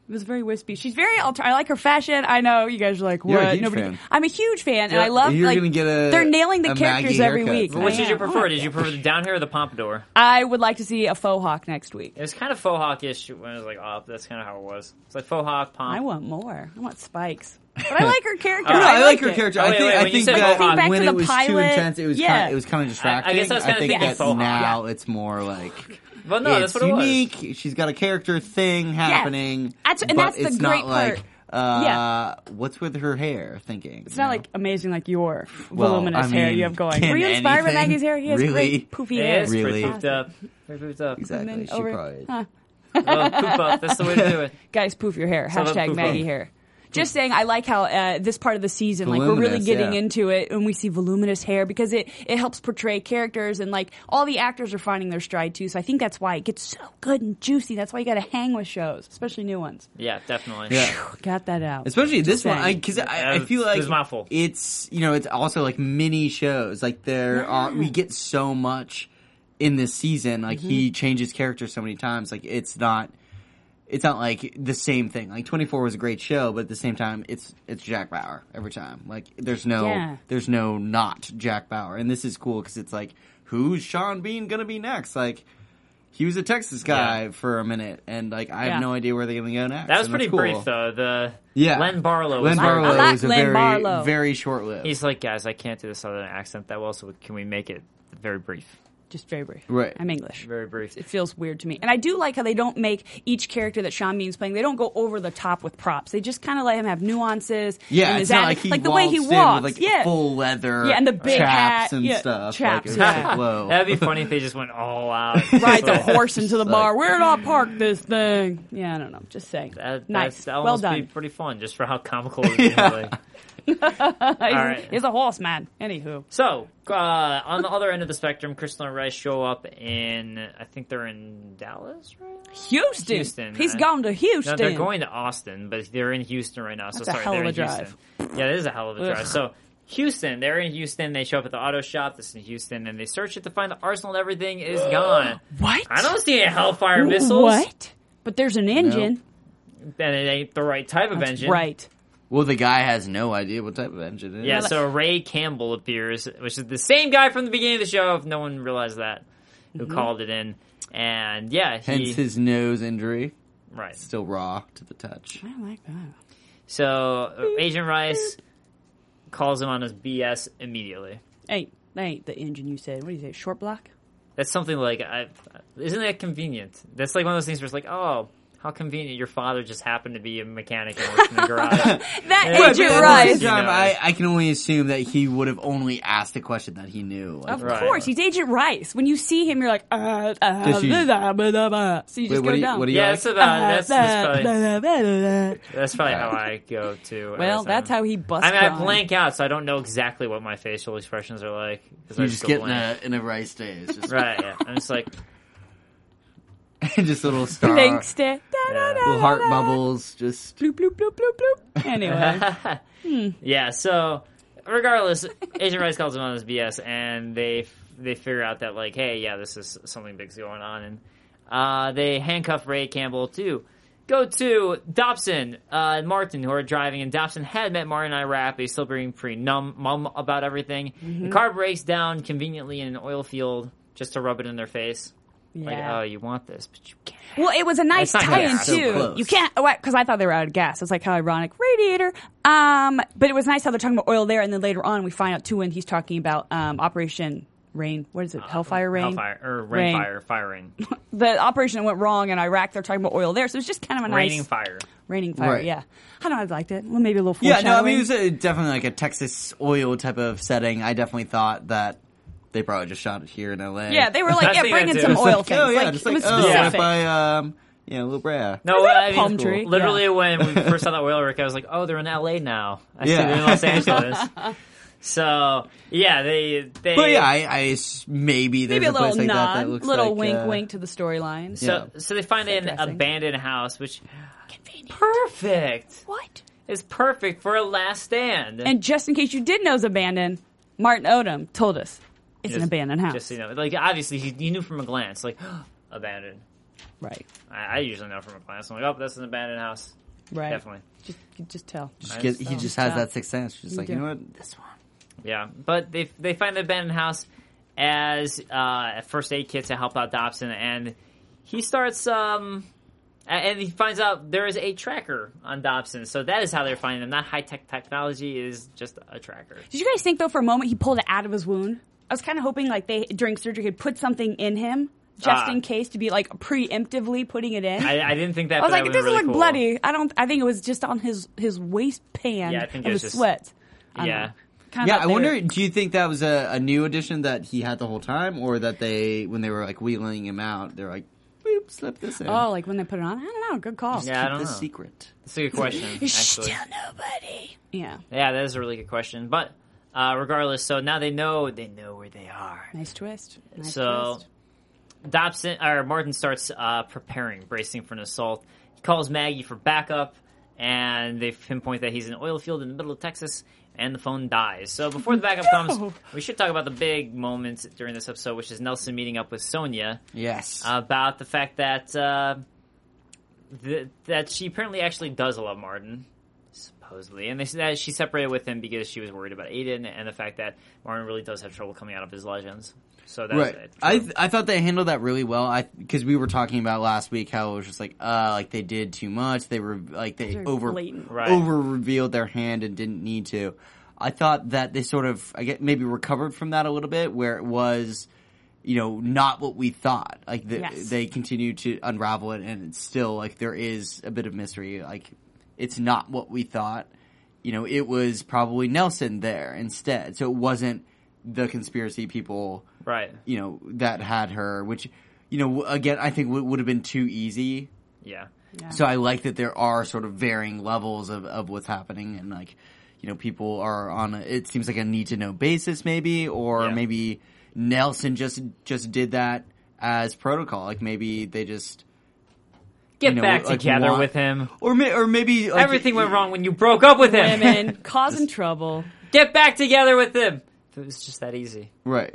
Speaker 3: It was very wispy. She's very alter. I like her fashion. I know you guys are like, what?
Speaker 2: You're a huge
Speaker 3: Nobody.
Speaker 2: fan.
Speaker 3: I'm a huge fan, and I love.
Speaker 2: You're
Speaker 3: like,
Speaker 2: gonna get a-
Speaker 3: They're nailing the
Speaker 2: a
Speaker 3: characters
Speaker 2: Maggie
Speaker 3: every
Speaker 2: haircut.
Speaker 3: week.
Speaker 2: But
Speaker 1: Which
Speaker 3: I
Speaker 1: did
Speaker 3: am.
Speaker 1: you
Speaker 3: I
Speaker 1: prefer?
Speaker 3: like
Speaker 1: Did you
Speaker 3: that.
Speaker 1: prefer the down hair or the pompadour?
Speaker 3: I would like to see a faux hawk next week.
Speaker 1: It was kind of faux hawkish when it was like off. That's kind of how it was. It's like faux hawk pomp.
Speaker 3: I want more. I want spikes. But I like her character.
Speaker 2: No, I, like her
Speaker 3: it.
Speaker 2: character.
Speaker 1: Oh,
Speaker 2: I
Speaker 1: wait,
Speaker 2: think,
Speaker 1: wait,
Speaker 2: I
Speaker 1: when you
Speaker 2: think
Speaker 1: said
Speaker 2: that
Speaker 1: Mohawk-
Speaker 3: Back
Speaker 2: when
Speaker 3: to
Speaker 2: it
Speaker 3: the
Speaker 2: was too
Speaker 3: pilot,
Speaker 2: intense, it was
Speaker 3: yeah.
Speaker 2: kind of, it was kind of distracting.
Speaker 1: I was kinda
Speaker 2: think
Speaker 1: thinking
Speaker 2: that
Speaker 1: Mohawk.
Speaker 2: now it's more like
Speaker 1: Well, no, that's
Speaker 2: it's
Speaker 1: what it was.
Speaker 2: unique. She's got a character thing happening.
Speaker 3: That's- and
Speaker 2: but
Speaker 3: that's the
Speaker 2: it's
Speaker 3: great
Speaker 2: not like,
Speaker 3: part.
Speaker 2: uh,
Speaker 3: Yeah.
Speaker 2: what's with her hair? Thinking
Speaker 3: It's not like amazing like your
Speaker 2: Well,
Speaker 3: voluminous
Speaker 2: I
Speaker 3: hair
Speaker 2: mean,
Speaker 3: you have going.
Speaker 2: can
Speaker 3: Were you inspired by
Speaker 2: anything
Speaker 3: Maggie's hair? He has
Speaker 2: really-
Speaker 3: great poofy
Speaker 1: It
Speaker 3: hair.
Speaker 1: is pretty
Speaker 2: Really?
Speaker 1: poofed up. Pretty poofed up.
Speaker 2: exactly. She
Speaker 3: over-
Speaker 2: probably.
Speaker 1: Well, poop up. That's the way to do it.
Speaker 3: guys poof your hair
Speaker 1: Some of them
Speaker 3: hashtag
Speaker 1: poof
Speaker 3: maggie
Speaker 1: them.
Speaker 3: hair just saying i like how uh, this part of the season like we're really
Speaker 2: Voluminous,
Speaker 3: getting
Speaker 2: yeah.
Speaker 3: into it and we see voluminous hair because it it helps portray characters and like all the actors are finding their stride too so i think that's why it gets so good and juicy that's why you gotta hang with shows especially new ones
Speaker 1: Yeah, definitely.
Speaker 2: Yeah.
Speaker 3: got that out
Speaker 2: Especially this one,
Speaker 3: saying.
Speaker 2: because I, I
Speaker 1: Uh,
Speaker 2: feel like
Speaker 1: it's my fault.
Speaker 2: it's you know it's also like mini shows. Like there are we get so much in this season. Like
Speaker 3: Mm-hmm.
Speaker 2: he changes character so many times. Like it's not it's not like the same thing. Like Twenty Four was a great show, but at the same time, it's it's Jack Bauer every time. Like there's no
Speaker 3: Yeah.
Speaker 2: there's no not Jack Bauer, and this is cool because it's like who's Sean Bean gonna be next? Like. He was a Texas guy
Speaker 1: Yeah.
Speaker 2: for a minute, and like I have
Speaker 3: Yeah.
Speaker 2: no idea where they're gonna go next.
Speaker 1: That was
Speaker 2: and
Speaker 1: pretty
Speaker 2: that's cool.
Speaker 1: brief, though. The
Speaker 2: Yeah.
Speaker 1: Len Barlow.
Speaker 2: Len
Speaker 1: was very-
Speaker 2: Barlow
Speaker 3: I like
Speaker 2: is a
Speaker 3: Len
Speaker 2: very,
Speaker 3: Barlow.
Speaker 2: very short lived.
Speaker 1: He's like, guys, I can't do this southern accent that well. So can we make it very brief?
Speaker 3: just very brief
Speaker 2: Right.
Speaker 3: i'm english
Speaker 1: Very brief.
Speaker 3: it feels weird to me. And I do like how they don't make each character that Sean Bean's playing, they don't go over the top with props. They just kind of let him have nuances.
Speaker 2: yeah,
Speaker 3: and
Speaker 2: it's
Speaker 3: his
Speaker 2: not
Speaker 3: atti-
Speaker 2: like he
Speaker 3: the way he
Speaker 2: waltzed in
Speaker 3: walks.
Speaker 2: with like
Speaker 3: yeah.
Speaker 2: full leather,
Speaker 3: Yeah, and the big
Speaker 2: chaps
Speaker 3: hat,
Speaker 2: and
Speaker 3: yeah,
Speaker 2: stuff.
Speaker 3: chaps,
Speaker 2: like, it's
Speaker 3: yeah.
Speaker 2: like, whoa.
Speaker 1: That'd be funny if they just went all out.
Speaker 3: ride the
Speaker 1: Like,
Speaker 3: horse into the bar. Where did I park this thing? Yeah, I don't know. Just saying.
Speaker 1: That,
Speaker 3: nice.
Speaker 1: That's, that
Speaker 3: well
Speaker 1: must
Speaker 3: done.
Speaker 1: be pretty fun, just for how comical it is. really.
Speaker 3: he's,
Speaker 1: right.
Speaker 3: he's a horse man. Anywho,
Speaker 1: So, uh, on the other end of the spectrum, Crystal and Rice show up in, I think they're in Dallas, right?
Speaker 3: Houston.
Speaker 1: Houston,
Speaker 3: He's
Speaker 1: right?
Speaker 3: gone to Houston.
Speaker 1: No, they're going to Austin, but they're in Houston right now. So
Speaker 3: That's a
Speaker 1: sorry,
Speaker 3: hell
Speaker 1: they're
Speaker 3: of
Speaker 1: in
Speaker 3: a
Speaker 1: Houston. Yeah, it is a hell of a drive. So Houston, they're in Houston. They show up at the auto shop. This is in Houston, and they search it to find the arsenal. and Everything is gone.
Speaker 3: What?
Speaker 1: I don't see any Hellfire missiles.
Speaker 3: What? But there's an engine.
Speaker 1: And it ain't the right type of
Speaker 3: That's
Speaker 1: engine.
Speaker 3: Right.
Speaker 2: well, the guy has no idea what type of engine it is.
Speaker 1: Yeah, so Ray Campbell appears, which is the same guy from the beginning of the show, if no one realized that, who
Speaker 3: Mm-hmm.
Speaker 1: called it in. And yeah, he,
Speaker 2: Hence his nose injury,
Speaker 1: right.
Speaker 2: still raw to the touch.
Speaker 3: I like that.
Speaker 1: So uh, Agent Rice calls him on his BS immediately.
Speaker 3: Ain't that ain't the engine you said. What do you say? Short block?
Speaker 1: That's something like, I, isn't that convenient? That's like one of those things where it's like, oh, How convenient! Your father just happened to be a mechanic and worked in the garage.
Speaker 3: That
Speaker 1: Yeah.
Speaker 3: Agent
Speaker 1: Right.
Speaker 3: Rice.
Speaker 1: Yeah.
Speaker 2: Time, I, I can only assume that he would have only asked a question that he knew. Like,
Speaker 3: Of
Speaker 1: Right.
Speaker 3: course, he's Agent Rice. When you see him, you're like, uh, uh,
Speaker 2: Does he-
Speaker 3: blah, blah, blah, blah, blah. so you just
Speaker 2: Wait, what
Speaker 3: go
Speaker 2: do you-
Speaker 3: down.
Speaker 2: what do you-
Speaker 1: yeah,
Speaker 2: like-
Speaker 1: that's about
Speaker 3: Uh,
Speaker 1: that's, that's
Speaker 3: Blah,
Speaker 1: probably
Speaker 3: blah, blah, blah, blah.
Speaker 1: that's probably how I go too. every
Speaker 3: Well,
Speaker 1: time.
Speaker 3: that's how he busts.
Speaker 1: I mean, I
Speaker 3: Ron.
Speaker 1: blank out, so I don't know exactly what my facial expressions are like. 'cause I
Speaker 2: You just
Speaker 1: go
Speaker 2: get in
Speaker 1: blank.
Speaker 2: a, in a rice day. It's just,
Speaker 1: right. Yeah. I'm just like,
Speaker 2: just a little star.
Speaker 3: Blank stare.
Speaker 1: Yeah.
Speaker 2: Little heart bubbles. Just
Speaker 3: Bloop, bloop, bloop, bloop, bloop. Anyway.
Speaker 1: yeah. So, regardless, Agent Rice calls him on his BS, and they they figure out that like, hey, yeah, this is something big's going on, and uh, they handcuff Ray Campbell too. Go to Dobson uh, and Martin, who are driving, and Dobson had met Martin in Iraq. But he's still being pretty numb, mum about everything.
Speaker 3: Mm-hmm.
Speaker 1: The car breaks down conveniently in an oil field just to rub it in their face. Like,
Speaker 3: Yeah.
Speaker 1: oh, you want this, but you can't.
Speaker 3: Well, it was a nice
Speaker 1: That's not
Speaker 3: tie-in
Speaker 1: gonna-
Speaker 2: so
Speaker 3: too.
Speaker 2: close.
Speaker 3: you can't because I thought they were out of gas. It's like how ironic radiator. Um, but it was nice how they're talking about oil there, and then later on we find out too when he's talking about um, Operation Rain. What is it?
Speaker 2: Uh,
Speaker 3: Hellfire Rain.
Speaker 1: Hellfire or
Speaker 3: Rain.
Speaker 1: rain, fire, fire rain,
Speaker 3: The operation that went wrong in Iraq. They're talking about oil there, so it's just kind of a nice
Speaker 1: raining fire.
Speaker 3: raining fire.
Speaker 2: Right.
Speaker 3: Yeah, I don't know. I liked it. Well, maybe a little
Speaker 2: yeah. No, I mean
Speaker 3: foreshadowing.
Speaker 2: it was uh definitely like a Texas oil type of setting. I definitely thought that they probably just shot it here in L.A.
Speaker 3: yeah, they were like,
Speaker 1: That's
Speaker 3: yeah,
Speaker 1: the
Speaker 3: bring in
Speaker 1: idea.
Speaker 3: some
Speaker 1: It's
Speaker 3: oil
Speaker 2: like,
Speaker 3: things.
Speaker 2: Oh yeah,
Speaker 3: like,
Speaker 2: just
Speaker 3: it
Speaker 2: like
Speaker 3: was
Speaker 2: oh, what if
Speaker 3: specific.
Speaker 2: I um yeah, little bra.
Speaker 1: No,
Speaker 3: that a
Speaker 1: I mean,
Speaker 3: palm tree?
Speaker 1: Literally,
Speaker 3: Yeah.
Speaker 1: when we first saw that oil rig, I was like, "Oh, they're in L.A. now. I see
Speaker 2: Yeah.
Speaker 1: they're in Los Angeles." so yeah, they they.
Speaker 2: But yeah, I, I s- maybe there's
Speaker 3: Maybe a little
Speaker 2: place like that that
Speaker 3: nod,
Speaker 2: looks
Speaker 3: little
Speaker 2: like,
Speaker 3: wink,
Speaker 2: uh,
Speaker 3: wink to the storyline.
Speaker 1: so
Speaker 2: yeah.
Speaker 1: so they find an
Speaker 3: dressing.
Speaker 1: abandoned house, which perfect.
Speaker 3: What?
Speaker 1: It's perfect for a last stand.
Speaker 3: And just in case you did know it's abandoned, Martin Odom told us it's an
Speaker 1: Just-
Speaker 3: abandoned house.
Speaker 1: Just so you know, like obviously he, he knew from a glance, like abandoned.
Speaker 3: Right,
Speaker 1: I, I usually know from a glance. I'm like, "Oh, that's an abandoned house."
Speaker 3: right.
Speaker 1: Definitely.
Speaker 3: Just, you could just tell.
Speaker 2: Just get, he just has that sixth sense. She's like,
Speaker 3: do.
Speaker 2: you know what, this one.
Speaker 1: Yeah, but they they find the abandoned house as uh, a first aid kit to help out Dobson, and he starts um, a- and he finds out there is a tracker on Dobson, so that is how they're finding them. Not high tech technology it is just a tracker.
Speaker 3: Did you guys think though for a moment he pulled it out of his wound? I was kind of hoping like they during surgery could put something in him just
Speaker 1: Ah.
Speaker 3: in case to be like preemptively putting it in. I,
Speaker 1: I, I didn't think that.
Speaker 3: was
Speaker 1: but that would've
Speaker 3: like, this
Speaker 1: been really
Speaker 3: is like
Speaker 1: cool.
Speaker 3: bloody. I don't. I think it was just on his his waistband
Speaker 1: Yeah, I think it
Speaker 3: of
Speaker 1: was
Speaker 3: his
Speaker 1: just-
Speaker 3: sweat.
Speaker 1: Yeah.
Speaker 3: Kind
Speaker 2: Yeah, I wonder. Do you think that was a, a new addition that he had the whole time, or that they, when they were like wheeling him out, they're like, "Boop, slip this in."
Speaker 3: Oh, like when they put it on. I don't know. Good call.
Speaker 1: Yeah, I don't
Speaker 2: the
Speaker 1: know.
Speaker 2: secret.
Speaker 1: That's a good question. actually.
Speaker 3: nobody. Yeah.
Speaker 1: Yeah, that is a really good question. But uh, regardless, so now they know they know where they are.
Speaker 3: Nice twist. Nice
Speaker 1: So
Speaker 3: twist.
Speaker 1: Dobson or Martin starts uh, preparing, bracing for an assault. He calls Maggie for backup, and they pinpoint that he's in an oil field in the middle of Texas. And the phone dies. So before the backup comes, we should talk about the big moments during this episode, which is Nelson meeting up with Sonia
Speaker 2: Yes.
Speaker 1: about the fact that uh, th- that she apparently actually does love Martin, supposedly, and they said that she separated with him because she was worried about Aiden and the fact that Martin really does have trouble coming out of his legends. So that's
Speaker 2: right.
Speaker 1: it.
Speaker 2: I th- I thought they handled that really well. I because we were talking about last week how it was just like, uh, like they did too much. They were like they
Speaker 3: Very
Speaker 2: over
Speaker 3: blatant.
Speaker 1: Right.
Speaker 2: over revealed their hand and didn't need to. I thought that they sort of I get maybe recovered from that a little bit where it was. You know, not what we thought. Like the,
Speaker 3: Yes.
Speaker 2: they continue to unravel it, and it's still like there is a bit of mystery. Like it's not what we thought. You know, it was probably Nelson there instead, so it wasn't the conspiracy people
Speaker 1: right.
Speaker 2: you know that had her, which you know w- again I think w- would have been too easy.
Speaker 1: Yeah.
Speaker 2: So I like that there are sort of varying levels of of what's happening, and like you know people are on. A, it seems like a need to know basis, maybe, or
Speaker 1: Yeah.
Speaker 2: maybe Nelson just just did that as protocol. Like maybe they just
Speaker 1: Get
Speaker 2: you know,
Speaker 1: back
Speaker 2: like,
Speaker 1: together
Speaker 2: want-
Speaker 1: with him.
Speaker 2: or may, or maybe like,
Speaker 1: Everything went wrong when you broke up with him.
Speaker 3: Women causing trouble.
Speaker 1: Get back together with him. If it was just that easy.
Speaker 2: Right.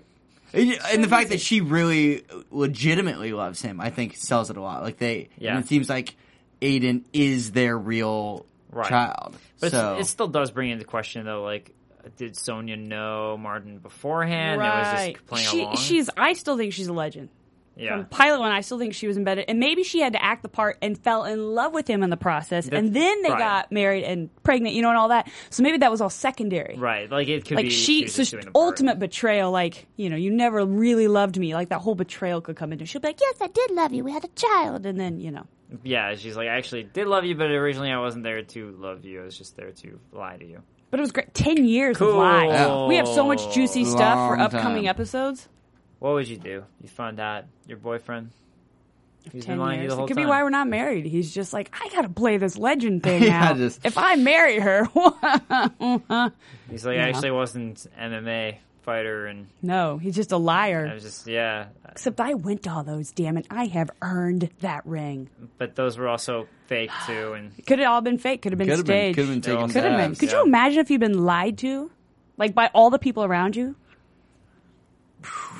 Speaker 2: And, and the fact that she really legitimately loves him, I think, sells it a lot. Like they,
Speaker 1: Yeah.
Speaker 2: and it seems like Aiden is their real
Speaker 1: Right.
Speaker 2: child.
Speaker 1: But
Speaker 2: so
Speaker 1: it's, it still does bring into question though, like. Did Sonia know Martin beforehand? That was
Speaker 3: right.
Speaker 1: just playing
Speaker 3: she,
Speaker 1: along.
Speaker 3: She's. I still think she's a legend.
Speaker 1: yeah.
Speaker 3: From pilot one, I still think she was embedded, and maybe she had to act the part and fell in love with him in the process, and then they
Speaker 1: right.
Speaker 3: got married and pregnant, you know, and all that. So maybe that was all secondary.
Speaker 1: Right, like it could
Speaker 3: Like
Speaker 1: be
Speaker 3: she,
Speaker 1: was
Speaker 3: so
Speaker 1: just
Speaker 3: she-
Speaker 1: doing a part.
Speaker 3: ultimate betrayal. Like you know, you never really loved me. Like that whole betrayal could come into. She'll be like, "Yes, I did love you. We had a child," and then you know,
Speaker 1: yeah, she's like, I actually did love you, but originally I wasn't there to love you. I was just there to lie to you.
Speaker 3: But it was great. Ten years of lies.
Speaker 1: Cool.
Speaker 3: We have so much juicy stuff for
Speaker 2: Long
Speaker 3: upcoming
Speaker 2: time.
Speaker 3: episodes.
Speaker 1: What would you do? You found out your boyfriend. He's
Speaker 3: Ten
Speaker 1: been lying to you
Speaker 3: years.
Speaker 1: the
Speaker 3: It
Speaker 1: whole
Speaker 3: could
Speaker 1: time.
Speaker 3: be why we're not married. He's just like, I gotta play this legend thing
Speaker 2: Yeah,
Speaker 3: out.
Speaker 2: just-
Speaker 3: If I marry her,
Speaker 1: He's like, I actually wasn't an MMA fighter, and
Speaker 3: no, he's just a
Speaker 1: I
Speaker 3: liar.
Speaker 1: was just yeah.
Speaker 3: Except I went to all those. Damn it, I have earned that ring.
Speaker 1: But those were also fake too, and
Speaker 3: Could have all been fake. Could have been
Speaker 2: Could have been,
Speaker 3: staged.
Speaker 2: could have been taken
Speaker 1: Could
Speaker 3: Could have been.
Speaker 2: back.
Speaker 3: Could
Speaker 1: Yeah.
Speaker 3: you imagine if you've been lied to, like by all the people around you?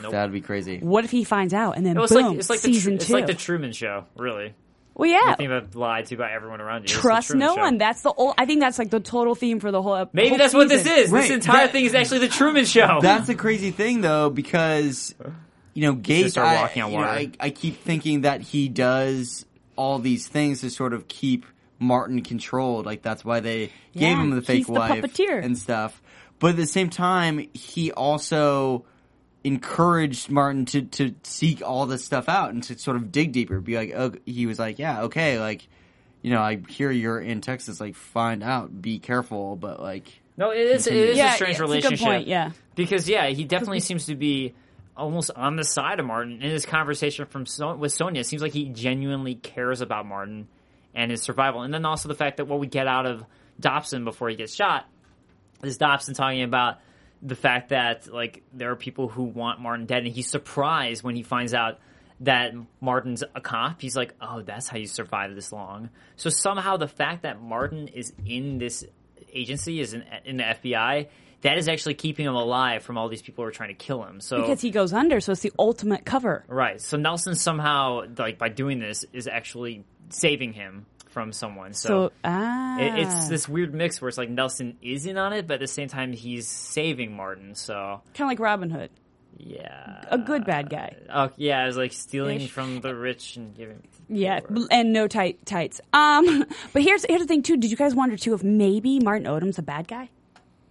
Speaker 2: That'd be crazy.
Speaker 3: What if he finds out and then
Speaker 1: it was
Speaker 3: boom,
Speaker 1: like it's like
Speaker 3: season
Speaker 1: the tr-
Speaker 3: two?
Speaker 1: it's like the Truman Show, really.
Speaker 3: well, yeah.
Speaker 1: I think about lied to by everyone around you. It's the
Speaker 3: Trust
Speaker 1: Truman
Speaker 3: no
Speaker 1: Show.
Speaker 3: one. That's the old. I think that's like the total theme for the whole. ep-
Speaker 1: Maybe
Speaker 3: whole
Speaker 1: that's what this
Speaker 3: season.
Speaker 1: is.
Speaker 2: Right,
Speaker 1: This entire
Speaker 2: that-
Speaker 1: thing is actually the Truman Show.
Speaker 2: That's a crazy thing though, because you know, Gates.
Speaker 1: start
Speaker 2: I-
Speaker 1: walking on
Speaker 2: you know,
Speaker 1: water.
Speaker 2: I, I keep thinking that he does all these things to sort of keep Martin controlled. Like that's why they gave
Speaker 3: Yeah,
Speaker 2: him the fake
Speaker 3: he's the
Speaker 2: wife
Speaker 3: puppeteer.
Speaker 2: and stuff. But at the same time, he also encouraged Martin to to seek all this stuff out and to sort of dig deeper. Be like, oh, he was like, yeah, okay, like. You know, I hear you're in Texas. Like, find out, be careful, but like,
Speaker 1: no, it is. It is
Speaker 3: Yeah,
Speaker 1: a strange
Speaker 3: it's a good
Speaker 1: relationship.
Speaker 3: point, yeah.
Speaker 1: because yeah, he definitely seems to be almost on the side of Martin in his conversation from so- with Sonia. It seems like he genuinely cares about Martin and his survival, and then also the fact that what we get out of Dobson before he gets shot is Dobson talking about the fact that like there are people who want Martin dead, and he's surprised when he finds out that Martin's a cop. He's like, "Oh, that's how you survive this long." So somehow the fact that Martin is in this agency, is in, in the FBI, that is actually keeping him alive from all these people who are trying to kill him. So
Speaker 3: because he goes under, so it's the ultimate cover.
Speaker 1: right, so Nelson somehow like by doing this is actually saving him from someone.
Speaker 3: So, ah,
Speaker 1: It, it's this weird mix where it's like Nelson is in on it, but at the same time he's saving Martin. So
Speaker 3: kind of like Robin Hood,
Speaker 1: yeah,
Speaker 2: Ah,
Speaker 3: a good bad guy.
Speaker 1: oh yeah, it's like stealing
Speaker 3: Ish.
Speaker 1: from the rich and giving. to the
Speaker 3: Yeah,
Speaker 1: poor.
Speaker 3: bl- and no tight tights. Um, but here's here's the thing too. Did you guys wonder too if maybe Martin Odom's a bad guy?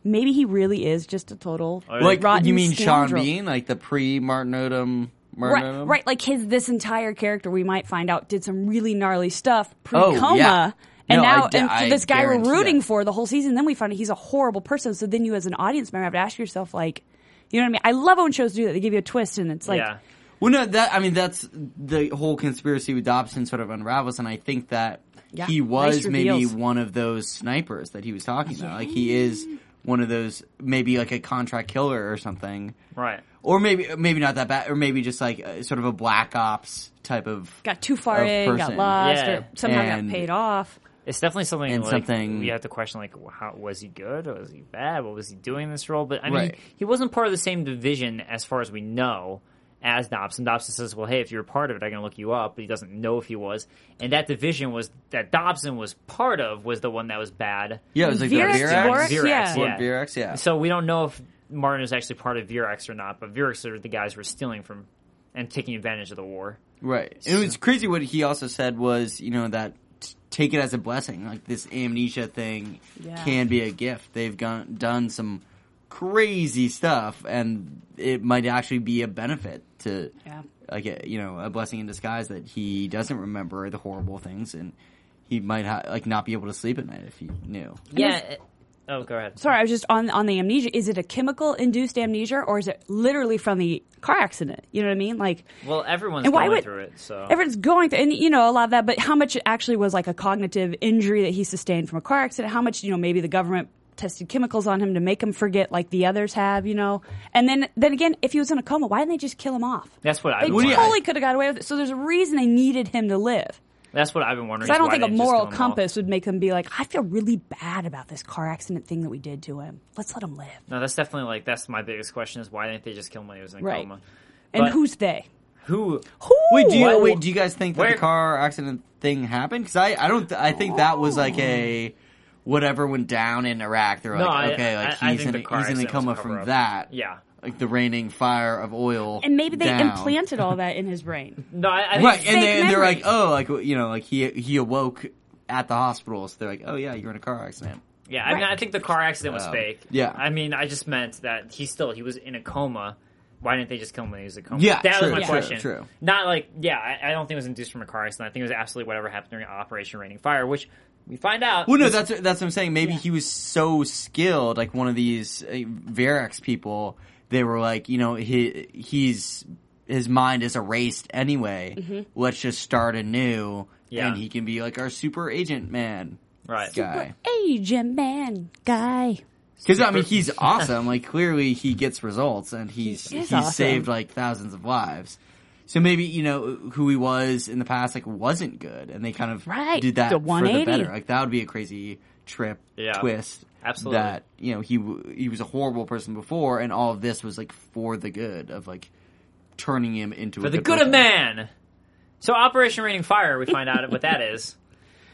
Speaker 3: Maybe he really is just a total
Speaker 2: like
Speaker 3: rotten
Speaker 2: you mean
Speaker 3: scoundrel.
Speaker 2: Sean Bean, like the pre Martin Odom, Martin
Speaker 3: Right,
Speaker 2: Odom?
Speaker 3: right. Like his this entire character, we might find out did some really gnarly stuff
Speaker 2: Oh,
Speaker 3: pre coma,
Speaker 2: yeah.
Speaker 3: and
Speaker 2: No, I
Speaker 3: now
Speaker 2: gu-
Speaker 3: and
Speaker 2: I
Speaker 3: this guy we're
Speaker 2: guarantee
Speaker 3: rooting
Speaker 2: that.
Speaker 3: for the whole season. Then we find out he's a horrible person. So then you, as an audience member, have to ask yourself, like, you know what I mean? I love when shows do that. They give you a twist, and it's like,
Speaker 1: yeah,
Speaker 2: Well, no, that I mean that's the whole conspiracy with Dobson sort of unravels, and I think that
Speaker 3: Yeah,
Speaker 2: he was
Speaker 3: nice
Speaker 2: maybe
Speaker 3: reveals.
Speaker 2: one of those snipers that he was talking about. Like he is one of those, maybe like a contract killer or something,
Speaker 1: right.
Speaker 2: or maybe maybe not that bad, or maybe just like uh, sort of a black ops type of.
Speaker 3: got too far
Speaker 2: Of
Speaker 3: in, got
Speaker 2: person.
Speaker 3: lost,
Speaker 1: Yeah.
Speaker 3: or somehow
Speaker 2: And-
Speaker 3: got paid off.
Speaker 1: It's definitely something
Speaker 2: And
Speaker 1: like,
Speaker 2: something-
Speaker 1: we have to question like how was he good or was he bad? What was he doing in this role? But I mean,
Speaker 2: Right.
Speaker 1: he wasn't part of the same division as far as we know as Dobson. Dobson says, "Well, hey, if you're a part of it, I'm going to look you up." But he doesn't know if he was. And that division was that Dobson was part of was the one that was bad.
Speaker 2: Yeah, it was like
Speaker 3: Virex,
Speaker 2: the Virex,
Speaker 3: Vorex,
Speaker 1: Virex,
Speaker 3: yeah.
Speaker 1: yeah.
Speaker 2: Virex, yeah.
Speaker 1: So we don't know if Martin is actually part of Vurex or not, but Vurex are the guys who are stealing from and taking advantage of the war.
Speaker 2: Right. And it was crazy what he also said was, you know, that t- take it as a blessing. Like this amnesia thing
Speaker 3: Yeah.
Speaker 2: can be a gift. They've gone done some crazy stuff and it might actually be a benefit to
Speaker 3: Yeah.
Speaker 2: like a, you know, a blessing in disguise that he doesn't remember the horrible things and he might ha- like not be able to sleep at night if he knew.
Speaker 1: Yeah. it- oh, go ahead.
Speaker 3: Sorry, I was just on on the amnesia. Is it a chemical induced amnesia, or is it literally from the car accident? You know what I mean? Like,
Speaker 1: Well, everyone's
Speaker 3: And why
Speaker 1: going
Speaker 3: would-
Speaker 1: through it,
Speaker 2: Oh.
Speaker 1: so
Speaker 3: everyone's going through, and you know a lot of that. But how much it actually was like a cognitive injury that he sustained from a car accident? How much you know maybe the government tested chemicals on him to make him forget like the others have, you know? And then then again, if he was in a coma, why didn't they just kill him off?
Speaker 1: that's what I.
Speaker 3: They
Speaker 1: would want.
Speaker 3: totally could have got away with it. So there's a reason they needed him to live.
Speaker 1: That's what I've been wondering.
Speaker 3: Because I
Speaker 1: is
Speaker 3: don't
Speaker 1: why
Speaker 3: think a
Speaker 1: they just
Speaker 3: moral
Speaker 1: don't know.
Speaker 3: compass would make them be like, I feel really bad about this car accident thing that we did to him. Let's let him live.
Speaker 1: No, that's definitely like that's my biggest question is why didn't they just kill him when he was in a
Speaker 3: Right.
Speaker 1: coma?
Speaker 3: And
Speaker 1: But-
Speaker 3: who's they?
Speaker 1: Who?
Speaker 3: Who?
Speaker 2: Wait, do you
Speaker 1: Whoa.
Speaker 2: wait? Do you guys think that
Speaker 1: Where-
Speaker 2: the car accident thing happened? Because I, I don't. Th- I think that was like a whatever went down in Iraq. They're like,
Speaker 1: No, I-
Speaker 2: okay,
Speaker 1: I-
Speaker 2: like
Speaker 1: I
Speaker 2: he's
Speaker 1: think
Speaker 2: in,
Speaker 1: the
Speaker 2: a,
Speaker 1: car
Speaker 2: he's in a
Speaker 1: accident
Speaker 2: coma
Speaker 1: was a
Speaker 2: from
Speaker 1: cover-up.
Speaker 2: that.
Speaker 1: Yeah.
Speaker 2: like the raining fire of oil.
Speaker 3: and maybe they
Speaker 2: down.
Speaker 3: implanted all that in his brain.
Speaker 1: No, I, I think
Speaker 2: Right, and,
Speaker 3: fake
Speaker 2: they, and they're like,
Speaker 3: memory.
Speaker 2: oh, like you know, like he he awoke at the hospital. So they're like, oh yeah, you're in a car accident.
Speaker 1: Yeah, I mean,
Speaker 3: Right.
Speaker 1: I think the car accident was
Speaker 2: Um,
Speaker 1: fake.
Speaker 2: yeah.
Speaker 1: I mean, I just meant that he still he was in a coma why didn't they just kill him when he was a coma?
Speaker 2: Yeah,
Speaker 1: that
Speaker 2: true,
Speaker 1: was my
Speaker 2: yeah.
Speaker 1: question.
Speaker 2: true, true.
Speaker 1: Not like yeah, I, I don't think it was induced from a car accident. I think it was absolutely whatever happened during Operation Raining Fire, which we find out.
Speaker 2: Well, no, that's that's what I'm saying. Maybe he was so skilled, like one of these uh, Varex people. They were like, you know, he he's his mind is erased anyway. Let's just start anew,
Speaker 1: Yeah.
Speaker 2: and he can be like our super agent man
Speaker 1: right.
Speaker 2: guy.
Speaker 3: Agent man guy.
Speaker 2: Because I mean, he's awesome. Like clearly, he gets results, and he's
Speaker 3: He is
Speaker 2: he's
Speaker 3: awesome.
Speaker 2: saved like thousands of lives. So maybe you know who he was in the past, like wasn't good, and they kind of
Speaker 3: Right,
Speaker 2: did that
Speaker 3: the
Speaker 2: for the
Speaker 3: 180.
Speaker 2: better. Like that would be a crazy trip
Speaker 1: Yeah,
Speaker 2: twist.
Speaker 1: absolutely.
Speaker 2: That you know he w- he was a horrible person before, and all of this was like for the good of like turning him into
Speaker 1: For
Speaker 2: a
Speaker 1: the
Speaker 2: good
Speaker 1: good of
Speaker 2: person.
Speaker 1: man. So Operation Raining Fire, we find out what that is,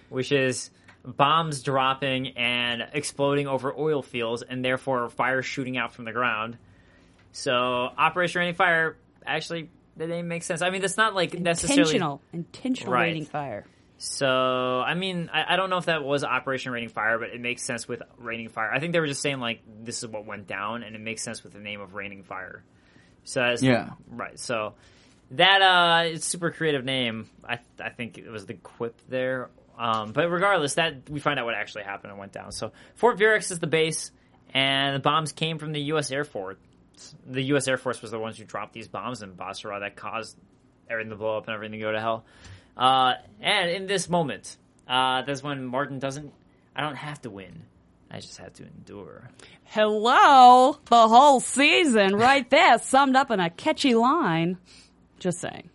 Speaker 1: which is bombs dropping and exploding over oil fields and therefore fire shooting out from the ground. So Operation Raining Fire actually that didn't make sense. I mean, that's not like necessarily
Speaker 3: Intentional, intentional
Speaker 1: Right.
Speaker 3: raining fire.
Speaker 1: So I mean, I, I don't know if that was Operation Raining Fire, but it makes sense with Raining Fire. I think they were just saying like this is what went down, and it makes sense with the name of Raining Fire. So that's,
Speaker 2: Yeah.
Speaker 1: right. So that uh, it's super creative name. I I think it was the quip there. Um, but regardless, that we find out what actually happened and went down. So Fort Vurex is the base, and the bombs came from the U.S. Air Force. The U.S. Air Force was the ones who dropped these bombs in Basra that caused everything to blow up and everything to go to hell. Uh, and in this moment, uh, that's when Martin doesn't. I don't have to win. I just have to endure.
Speaker 3: Hello, the whole season right there, summed up in a catchy line. Just saying.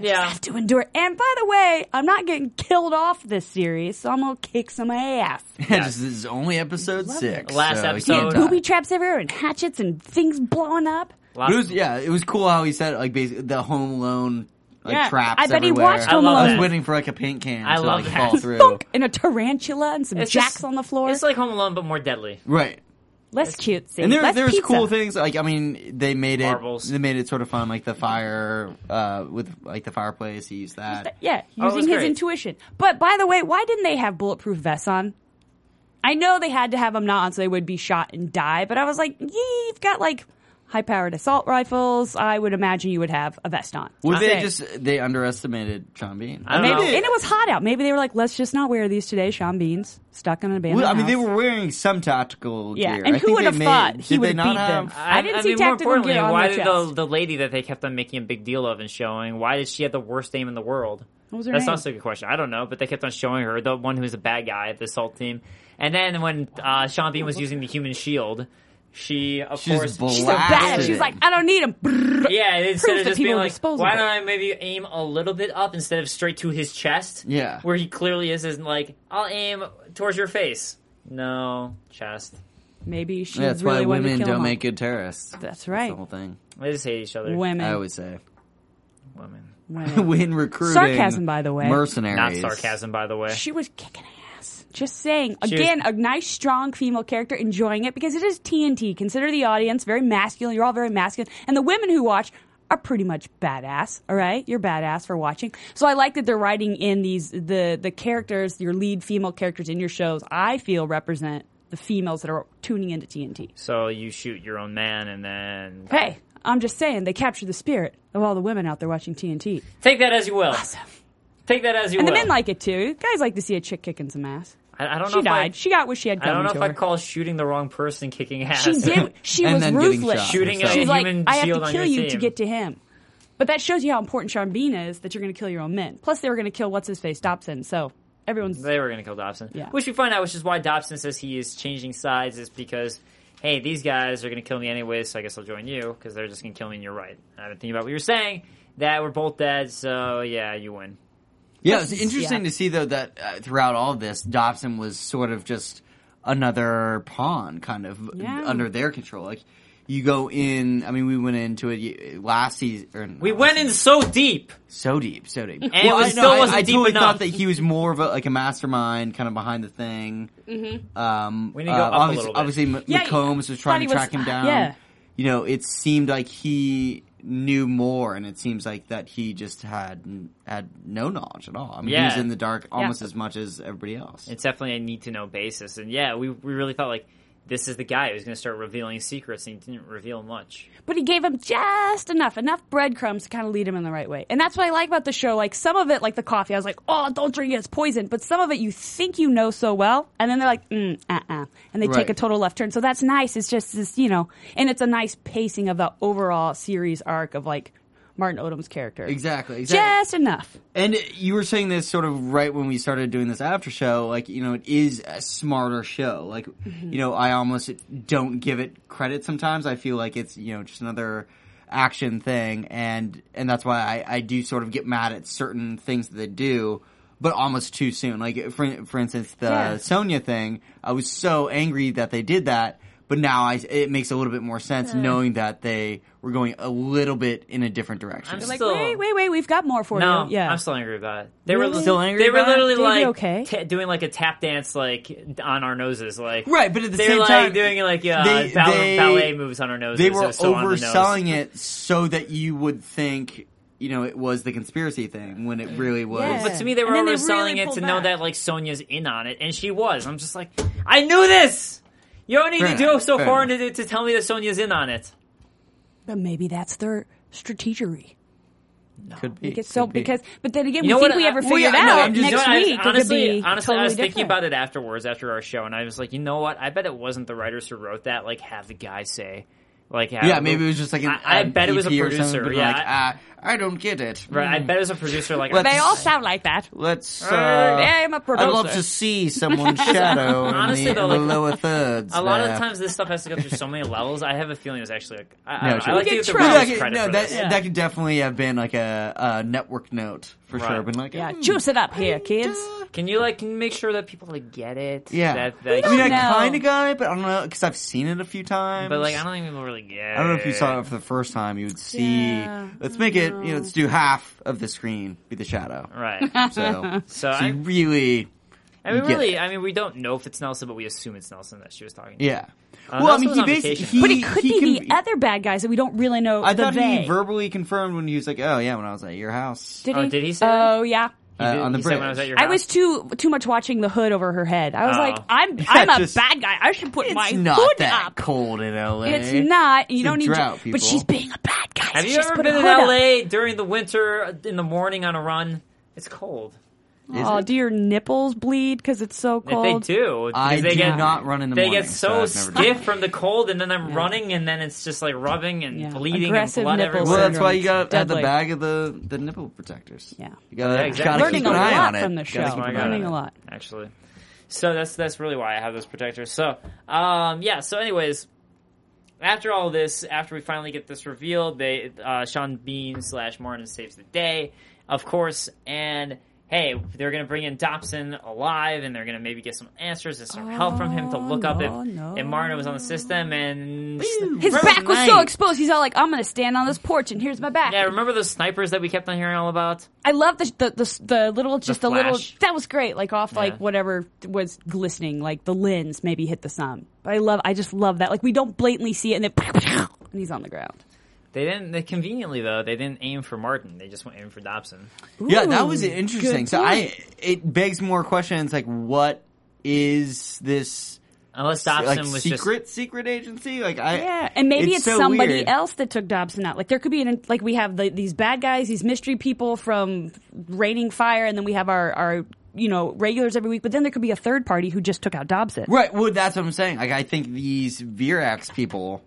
Speaker 1: Yeah.
Speaker 3: have to endure. And by the way, I'm not getting killed off this series, so I'm gonna kick some ass.
Speaker 2: this is only episode six.
Speaker 1: Last
Speaker 2: so he
Speaker 1: episode.
Speaker 2: can't
Speaker 1: Who
Speaker 2: die.
Speaker 3: Booby traps everywhere and hatchets and things blowing up.
Speaker 2: But it was yeah, it was cool how he said like basically the Home Alone like
Speaker 3: Yeah,
Speaker 2: traps.
Speaker 3: I bet he
Speaker 2: everywhere.
Speaker 3: watched I Home
Speaker 1: love
Speaker 2: I was
Speaker 1: Alone. that.
Speaker 2: waiting for like a paint can
Speaker 1: I
Speaker 2: to
Speaker 1: love
Speaker 2: like
Speaker 1: that.
Speaker 2: fall through.
Speaker 3: Thunk and a tarantula and some
Speaker 1: It's
Speaker 3: jacks
Speaker 1: just-
Speaker 3: on the floor.
Speaker 1: It's like Home Alone, but more deadly.
Speaker 2: Right.
Speaker 3: Less cutesy.
Speaker 2: And there,
Speaker 3: Less
Speaker 2: there's
Speaker 3: pizza.
Speaker 2: cool things like I mean they made it
Speaker 1: Marbles.
Speaker 2: they made it sort of fun like the fire uh, with like the fireplace he used that
Speaker 3: Yeah,
Speaker 1: Oh, it was
Speaker 3: using his
Speaker 1: great.
Speaker 3: intuition. But by the way, why didn't they have bulletproof vests on? I know they had to have them not on so they would be shot and die, but I was like, "Yee, you've got like high powered assault rifles. I would imagine you would have a vest on.
Speaker 2: Well, they
Speaker 1: Okay.
Speaker 2: just they underestimated John Bean
Speaker 1: I don't
Speaker 3: Maybe,
Speaker 1: know.
Speaker 3: and it was hot out. Maybe they were like, let's just not wear these today, Sean Beans. Stuck in an abandoned
Speaker 2: Well, I mean they
Speaker 3: house.
Speaker 2: were wearing some tactical
Speaker 3: Yeah,
Speaker 2: gear
Speaker 3: and
Speaker 2: I
Speaker 3: who
Speaker 2: think
Speaker 3: would
Speaker 2: they
Speaker 3: have
Speaker 2: made-
Speaker 3: thought he
Speaker 2: did
Speaker 3: would
Speaker 2: they
Speaker 3: beat
Speaker 2: not
Speaker 3: them?
Speaker 2: have
Speaker 3: I didn't see
Speaker 1: more
Speaker 3: tactical
Speaker 1: importantly,
Speaker 3: gear on
Speaker 1: why
Speaker 3: their
Speaker 1: did the,
Speaker 3: chest.
Speaker 1: the lady that they kept on making a big deal of and showing? Why did she have the worst name in the world?
Speaker 3: What was her
Speaker 1: That's
Speaker 3: name?
Speaker 1: also a good question. I don't know, but they kept on showing her the one who was a bad guy at the assault team. And then when uh, Sean Bean was using the human shield, she of
Speaker 2: She's
Speaker 1: course
Speaker 2: bl-
Speaker 3: She's so bad. at it.
Speaker 2: Blasted.
Speaker 3: She's like, I don't need them.
Speaker 1: yeah. Instead
Speaker 3: Proves
Speaker 1: of
Speaker 3: that
Speaker 1: just
Speaker 3: people
Speaker 1: being
Speaker 3: are
Speaker 1: like,
Speaker 3: disposable.
Speaker 1: why don't I maybe aim a little bit up instead of straight to his chest?
Speaker 2: Yeah.
Speaker 1: where he clearly is isn't like I'll aim towards your face. No chest.
Speaker 3: Maybe she
Speaker 2: Yeah, that's why
Speaker 3: really wanted
Speaker 2: women
Speaker 3: to kill
Speaker 2: don't
Speaker 3: him
Speaker 2: make good terrorists
Speaker 3: That's
Speaker 2: That's
Speaker 3: right.
Speaker 2: the whole thing
Speaker 1: They just hate each other.
Speaker 3: Women.
Speaker 2: I always say
Speaker 1: Women.
Speaker 3: Women.
Speaker 2: when recruiting
Speaker 3: Sarcasm, by the way.
Speaker 1: Not
Speaker 2: mercenaries
Speaker 1: sarcasm, by the way.
Speaker 3: she was kicking ass. Just saying.
Speaker 1: She was-
Speaker 3: Again, a nice, strong female character enjoying it because it is TNT. Consider the audience very masculine. You're all very masculine. And the women who watch are pretty much badass, all right? You're badass for watching. So I like that they're writing in these, the, the characters, your lead female characters in your shows, I feel represent the females that are tuning into TNT.
Speaker 1: So you shoot your own man and then
Speaker 3: Hey, I'm just saying, they capture the spirit of all the women out there watching TNT.
Speaker 1: take that as you will. Take that as you
Speaker 3: And the
Speaker 1: will.
Speaker 3: men like it too. Guys like to see a chick kicking some ass.
Speaker 1: I, I don't know.
Speaker 3: She
Speaker 1: if I,
Speaker 3: died. she got what she had
Speaker 1: I
Speaker 3: coming
Speaker 1: don't know
Speaker 3: to
Speaker 1: if
Speaker 3: her.
Speaker 1: I call shooting the wrong person kicking ass.
Speaker 3: She did. She
Speaker 2: And
Speaker 3: was
Speaker 2: then getting
Speaker 3: ruthless.
Speaker 2: shot
Speaker 1: Shooting
Speaker 2: herself.
Speaker 1: a
Speaker 3: She's like,
Speaker 1: human
Speaker 3: I have
Speaker 1: shield
Speaker 3: to
Speaker 1: on
Speaker 3: kill
Speaker 1: your
Speaker 3: you to
Speaker 1: team."
Speaker 3: get to him. But that shows you how important Sean Bean is that you're going to kill your own men. Plus, they were going to kill what's his face Dobson. So everyone's
Speaker 1: They were going to kill Dobson.
Speaker 3: Yeah.
Speaker 1: Which we find out, which is why Dobson says he is changing sides, is because, hey, these guys are going to kill me anyway, so I guess I'll join you because they're just going to kill me and you're right. I've been thinking about what you were saying, that we're both dead, so yeah, you win.
Speaker 2: Yeah, it's
Speaker 3: That's-
Speaker 2: interesting to
Speaker 3: yeah.
Speaker 2: see though that uh, throughout all this, Dobson was sort of just another pawn, kind of
Speaker 3: Yeah.
Speaker 2: under their control. Like you go in. I mean, we went into it y- last season. Or
Speaker 1: We went in so deep.
Speaker 2: so deep, so deep.
Speaker 1: it was-
Speaker 2: I,
Speaker 1: still
Speaker 2: I,
Speaker 1: wasn't
Speaker 2: I
Speaker 1: deep
Speaker 2: totally
Speaker 1: enough.
Speaker 2: thought that he was more of a, like a mastermind, kind of behind the thing. Mm-hmm. Um,
Speaker 1: We need to go
Speaker 2: uh,
Speaker 1: up a
Speaker 2: obviously,
Speaker 1: little bit.
Speaker 2: obviously M-
Speaker 3: Yeah,
Speaker 2: McCombs was
Speaker 3: thought
Speaker 2: trying
Speaker 3: he
Speaker 2: to
Speaker 3: was-
Speaker 2: track him down.
Speaker 3: yeah.
Speaker 2: You know, it seemed like he knew more, and it seems like that he just had had no knowledge at all. I mean, he was
Speaker 1: Yeah.
Speaker 2: in the dark almost as much as everybody else.
Speaker 1: It's definitely a need to know basis. And yeah, we, we really felt like this is the guy who's going to start revealing secrets, and he didn't reveal much.
Speaker 3: but he gave him just enough, enough breadcrumbs to kind of lead him in the right way. And that's what I like about the show. Like some of it, like the coffee, I was like, oh, don't drink it, it's poison. But some of it you think you know so well, and then they're like, mm, uh uh. And they
Speaker 2: Right.
Speaker 3: take a total left turn. So that's nice. It's just this, you know, and it's a nice pacing of the overall series arc of like Martin Odom's character.
Speaker 2: Exactly, exactly.
Speaker 3: Just enough.
Speaker 2: And you were saying this sort of right when we started doing this after show, like, you know, it is a smarter show. Like, you know, I almost don't give it credit sometimes. I feel like it's, you know, just another action thing. And, and that's why I, I do sort of get mad at certain things that they do, but almost too soon. Like, for, for instance, the
Speaker 3: Yeah.
Speaker 2: Sonya thing, I was so angry that they did that. But now I, it makes a little bit more sense knowing that they were going a little bit in a different direction.
Speaker 1: I'm
Speaker 3: Like,
Speaker 1: Still-
Speaker 3: wait, wait, wait, we've got more for
Speaker 1: Oh. No,
Speaker 3: you. Yeah.
Speaker 1: I'm still angry about it. They were
Speaker 3: Really?
Speaker 1: li-
Speaker 3: Still
Speaker 2: angry
Speaker 1: They were
Speaker 2: about it?
Speaker 1: literally like
Speaker 3: Davey, okay?
Speaker 1: ta- doing like a tap dance, like on our noses, like
Speaker 2: Right, but at the
Speaker 1: they
Speaker 2: same
Speaker 1: were like
Speaker 2: time,
Speaker 1: doing like uh,
Speaker 2: they-
Speaker 1: ballet,
Speaker 2: they-
Speaker 1: ballet moves on our noses.
Speaker 2: they
Speaker 1: It
Speaker 2: were
Speaker 1: was so on the nose.
Speaker 2: overselling it so that you would think you know it was the conspiracy thing when it really was
Speaker 3: Yeah.
Speaker 1: But to me, they were
Speaker 3: And then they
Speaker 1: overselling
Speaker 3: really
Speaker 1: it to
Speaker 3: pulled
Speaker 1: know
Speaker 3: back.
Speaker 1: that like Sonya's in on it, and she was. I'm just like, I knew this. You don't need
Speaker 2: Fair
Speaker 1: to go
Speaker 2: enough,
Speaker 1: so
Speaker 2: fair
Speaker 1: far
Speaker 2: enough.
Speaker 1: to, to tell me that Sonya's in on it.
Speaker 3: but maybe that's their strategery.
Speaker 2: could be
Speaker 3: Because so
Speaker 2: could be.
Speaker 3: because, but then again,
Speaker 1: You know
Speaker 3: we think
Speaker 1: what?
Speaker 3: we
Speaker 1: I-
Speaker 3: ever
Speaker 1: well,
Speaker 3: figured
Speaker 1: yeah,
Speaker 3: out
Speaker 1: no, I'm just-
Speaker 3: next
Speaker 1: you know what? I was-
Speaker 3: week.
Speaker 1: honestly,
Speaker 3: it could be
Speaker 1: honestly,
Speaker 3: totally
Speaker 1: I was
Speaker 3: different.
Speaker 1: thinking about it afterwards, after our show, and I was like, you know what? I bet it wasn't the writers who wrote that. Like, have the guy say, like, have-
Speaker 2: yeah maybe it was just like an,
Speaker 1: I- I
Speaker 2: an
Speaker 1: bet it was a
Speaker 2: EP or something,
Speaker 1: producer,
Speaker 2: but
Speaker 1: yeah.
Speaker 2: like, ah, I don't get it
Speaker 1: Right, I bet it was a producer. Like,
Speaker 2: Let's-
Speaker 3: They all sound like that.
Speaker 2: let's uh,
Speaker 3: I'm a
Speaker 2: I'd love
Speaker 3: producer.
Speaker 2: to see someone's shadow
Speaker 1: Honestly,
Speaker 2: in the,
Speaker 1: though,
Speaker 2: in the
Speaker 1: like,
Speaker 2: lower thirds
Speaker 1: a lot of
Speaker 2: there.
Speaker 1: the times, this stuff has to go through so many levels. I have a feeling it was actually like, I, I,
Speaker 2: No,
Speaker 1: don't know.
Speaker 2: sure.
Speaker 1: I like to
Speaker 3: Look
Speaker 1: give the
Speaker 3: at Trump.
Speaker 2: That
Speaker 1: writers
Speaker 2: could,
Speaker 1: credit
Speaker 2: no,
Speaker 1: for
Speaker 2: that,
Speaker 1: this.
Speaker 2: that could definitely have been like a, a network note for
Speaker 1: Right.
Speaker 2: sure. Been like,
Speaker 3: Yeah,
Speaker 2: hmm,
Speaker 3: juice it up here, kids.
Speaker 1: Can you like can you make sure that people like get it?
Speaker 2: yeah.
Speaker 1: That,
Speaker 2: I
Speaker 1: that,
Speaker 2: mean, I
Speaker 3: know.
Speaker 2: kind of got it, but I don't know because I've seen it a few times.
Speaker 1: but like, I don't think people really get.
Speaker 2: I don't know if you saw it for the first time. You would see.
Speaker 3: Yeah, Mm-hmm.
Speaker 2: let's make it. You know, let's do half of the screen be the shadow.
Speaker 1: Right.
Speaker 2: So, so,
Speaker 1: So I-
Speaker 2: you really,
Speaker 1: I mean,
Speaker 2: get
Speaker 1: really,
Speaker 2: it.
Speaker 1: I mean, we don't know if it's Nelson, but we assume it's Nelson that she was talking. to.
Speaker 2: yeah.
Speaker 1: Uh,
Speaker 2: well, I
Speaker 1: Nelson
Speaker 2: mean,
Speaker 1: was
Speaker 2: he
Speaker 1: on
Speaker 2: basically,
Speaker 1: vacation.
Speaker 2: he,
Speaker 3: But it could
Speaker 2: he
Speaker 3: be
Speaker 2: can-
Speaker 3: the other bad guys that we don't really know.
Speaker 2: I
Speaker 3: the
Speaker 2: thought
Speaker 3: they.
Speaker 2: he verbally confirmed when he was like, "Oh yeah, when I was at your house
Speaker 3: did
Speaker 1: Oh,
Speaker 3: he?
Speaker 1: did he say that?
Speaker 3: Oh yeah.
Speaker 2: uh,
Speaker 1: He-
Speaker 2: on the
Speaker 1: he
Speaker 2: bridge."
Speaker 1: Said when I was at your
Speaker 3: I
Speaker 1: house.
Speaker 3: was too too much watching the hood over her head. I was
Speaker 1: Oh.
Speaker 3: like, I'm I'm a
Speaker 2: just-
Speaker 3: bad guy. I should put
Speaker 2: it's
Speaker 3: my
Speaker 2: not
Speaker 3: hood
Speaker 2: that
Speaker 3: up.
Speaker 2: cold in LA.
Speaker 3: It's not. You
Speaker 2: It's a
Speaker 3: don't need
Speaker 2: drought,
Speaker 3: to.
Speaker 2: people.
Speaker 3: But she's being a bad guy.
Speaker 1: Have
Speaker 3: so
Speaker 1: you
Speaker 3: she's
Speaker 1: ever
Speaker 3: put
Speaker 1: been
Speaker 3: her
Speaker 1: in
Speaker 3: hood up.
Speaker 1: LA during the winter uh, in the morning on a run? It's cold.
Speaker 2: Is
Speaker 3: Oh,
Speaker 2: it?
Speaker 3: do your nipples bleed because it's so cold?
Speaker 1: If they do,
Speaker 2: I
Speaker 1: because they
Speaker 2: do
Speaker 1: get,
Speaker 2: not run in the
Speaker 1: They
Speaker 2: morning.
Speaker 1: get so,
Speaker 2: I've never done
Speaker 1: stiff from the cold, and then I'm running, and then it's just like rubbing and
Speaker 3: Yeah.
Speaker 1: bleeding
Speaker 3: Aggressive
Speaker 1: and blood
Speaker 3: nipples.
Speaker 2: it. Well,
Speaker 1: everywhere.
Speaker 2: that's why you got to have the
Speaker 3: Deadly.
Speaker 2: bag of the, the nipple protectors.
Speaker 3: Yeah.
Speaker 2: you gotta,
Speaker 1: Yeah, exactly.
Speaker 2: gotta
Speaker 3: Learning
Speaker 2: keep an
Speaker 3: a
Speaker 2: eye
Speaker 3: lot
Speaker 2: on it.
Speaker 3: from the
Speaker 2: Gotta
Speaker 3: show.
Speaker 2: keep an eye on
Speaker 3: Learning
Speaker 2: it.
Speaker 3: a lot.
Speaker 1: actually. So that's that's really why I have those protectors. So, um, yeah. So, anyways, after all this, after we finally get this revealed, they uh, Sean Bean slash Martin saves the day, of course, and. Hey, they're gonna bring in Dobson alive, and they're gonna maybe get some answers and some help from him to
Speaker 3: Oh,
Speaker 1: look up if,
Speaker 3: no, no.
Speaker 1: if Martin was on the system. And
Speaker 3: His
Speaker 1: Remember-
Speaker 3: back was so
Speaker 2: night.
Speaker 3: exposed. He's all like, "I'm gonna stand on this porch, and here's my back."
Speaker 1: yeah, remember those snipers that we kept on hearing all about?
Speaker 3: I love the the the, the little just the, little
Speaker 1: flash.
Speaker 3: that was great. Like off
Speaker 1: Yeah.
Speaker 3: like whatever was glistening, like the lens maybe hit the sun. But I love I just love that. Like we don't blatantly see it, and then and he's on the ground.
Speaker 1: They didn't. They conveniently though, they didn't aim for Martin. They just went aim for Dobson.
Speaker 2: Yeah, that
Speaker 3: Ooh,
Speaker 2: was interesting.
Speaker 3: good
Speaker 2: So I
Speaker 3: point.
Speaker 2: it begs more questions like what is this
Speaker 1: Unless Dobson
Speaker 2: like
Speaker 1: was just
Speaker 2: secret secret agency? Like I
Speaker 3: Yeah, and maybe it's,
Speaker 2: so
Speaker 3: somebody
Speaker 2: weird.
Speaker 3: else that took Dobson out. Like there could be an like we have the, these bad guys, these mystery people from raining fire, and then we have our our you know regulars every week. But then there could be a third party who just took out Dobson.
Speaker 2: Right, well that's what I'm saying. Like I think these Virax people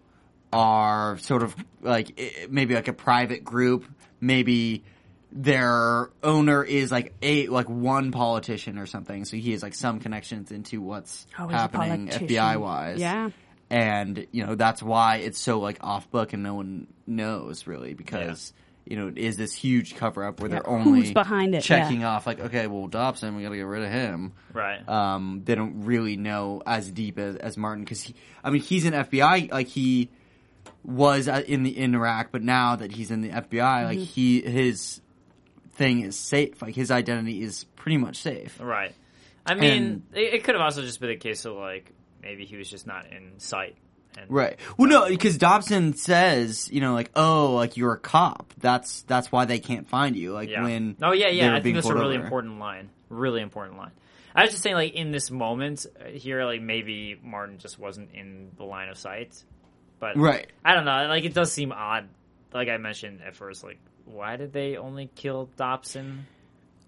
Speaker 2: are sort of like i- maybe like a private group, maybe their owner is like a like one politician or something, so he has like some connections into what's
Speaker 3: Oh, he's a
Speaker 2: happening
Speaker 3: politician.
Speaker 2: FBI wise.
Speaker 3: Yeah.
Speaker 2: and you know that's why it's so like off book and no one knows really because you know it is this huge cover up where they're
Speaker 3: Yeah,
Speaker 2: only
Speaker 3: who's behind it,
Speaker 2: checking off like okay well Dobson we got to get rid of him
Speaker 1: Right.
Speaker 2: um they don't really know as deep as, as Martin because he I mean he's an FBI like he was uh, in the in Iraq but now that he's in the FBI like
Speaker 3: Mm-hmm.
Speaker 2: he his thing is safe like his identity is pretty much safe
Speaker 1: Right. I mean,
Speaker 2: And-
Speaker 1: it, it could have also just been a case of like maybe he was just not in sight. And,
Speaker 2: Right. Well, no, because Dobson says, you know, like, oh, like you're a cop. That's that's why they can't find you. Like
Speaker 1: Yeah.
Speaker 2: when.
Speaker 1: oh yeah,
Speaker 2: they
Speaker 1: yeah.
Speaker 2: were
Speaker 1: I think
Speaker 2: being
Speaker 1: that's a
Speaker 2: pulled
Speaker 1: really
Speaker 2: over.
Speaker 1: important line. Really important line. I was just saying, like in this moment uh, here, like maybe Martin just wasn't in the line of sight, but
Speaker 2: Right.
Speaker 1: I don't know. Like it does seem odd. Like I mentioned at first, like why did they only kill Dobson?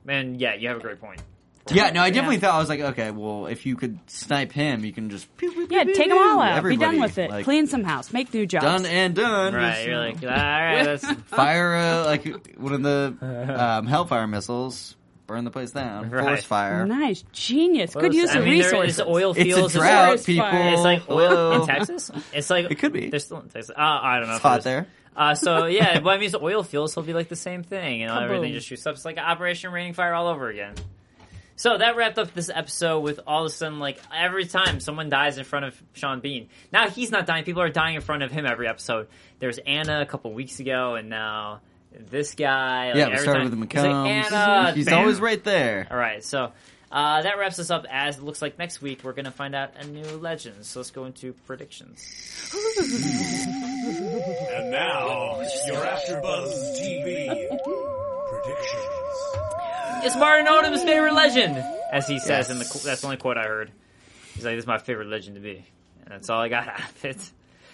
Speaker 1: And yeah, you have a great point.
Speaker 2: Yeah, no, I definitely thought I was like, okay, well, if you could snipe him, you can just pew, pew, pew,
Speaker 3: Yeah,
Speaker 2: pew,
Speaker 3: take them all
Speaker 2: pew,
Speaker 3: out. Be
Speaker 2: everybody.
Speaker 3: done with it.
Speaker 2: Like,
Speaker 3: Clean some house. Make new jobs.
Speaker 2: done and done.
Speaker 1: Right?
Speaker 2: Just,
Speaker 1: You're
Speaker 2: you
Speaker 1: like,
Speaker 2: know,
Speaker 1: all right, that's
Speaker 2: fire uh, like one of the um, hellfire missiles, burn the place down,
Speaker 1: Right.
Speaker 2: forest fire.
Speaker 3: Nice, genius,
Speaker 1: Well,
Speaker 3: good use
Speaker 1: I
Speaker 3: of
Speaker 1: mean, there is
Speaker 3: resources.
Speaker 1: oil
Speaker 2: It's
Speaker 1: fields.
Speaker 2: a drought,
Speaker 3: forest
Speaker 2: people.
Speaker 3: fire.
Speaker 1: It's like oil
Speaker 2: Whoa.
Speaker 1: in Texas. It's like
Speaker 2: It could be.
Speaker 1: They're still in Texas. Uh, I don't know.
Speaker 2: It's
Speaker 1: if it
Speaker 2: hot
Speaker 1: is.
Speaker 2: there.
Speaker 1: Uh, so yeah, but I mean, it's oil fields. He'll be like the same thing, and everything
Speaker 3: Kaboom.
Speaker 1: just shoots up. It's like Operation Raining Fire all over again. So that wrapped up this episode with all of a sudden, like every time someone dies in front of Sean Bean. Now he's not dying; people are dying in front of him every episode. There's Anna a couple weeks ago, and now this guy. Like,
Speaker 2: Yeah, we
Speaker 1: every
Speaker 2: started
Speaker 1: time-
Speaker 2: with the
Speaker 1: it's like,
Speaker 2: McCombs.
Speaker 1: Anna,
Speaker 2: He's
Speaker 1: bam.
Speaker 2: always right there.
Speaker 1: All right, so uh, that wraps us up. As it looks like next week we're gonna find out a new legend. So let's go into predictions.
Speaker 4: And now, your AfterBuzz TV predictions.
Speaker 1: It's Martin Odom's favorite legend, as he says.
Speaker 2: Yes.
Speaker 1: In the qu- that's the only quote I heard. He's like, "This is my favorite legend to be," and that's all I got out of it.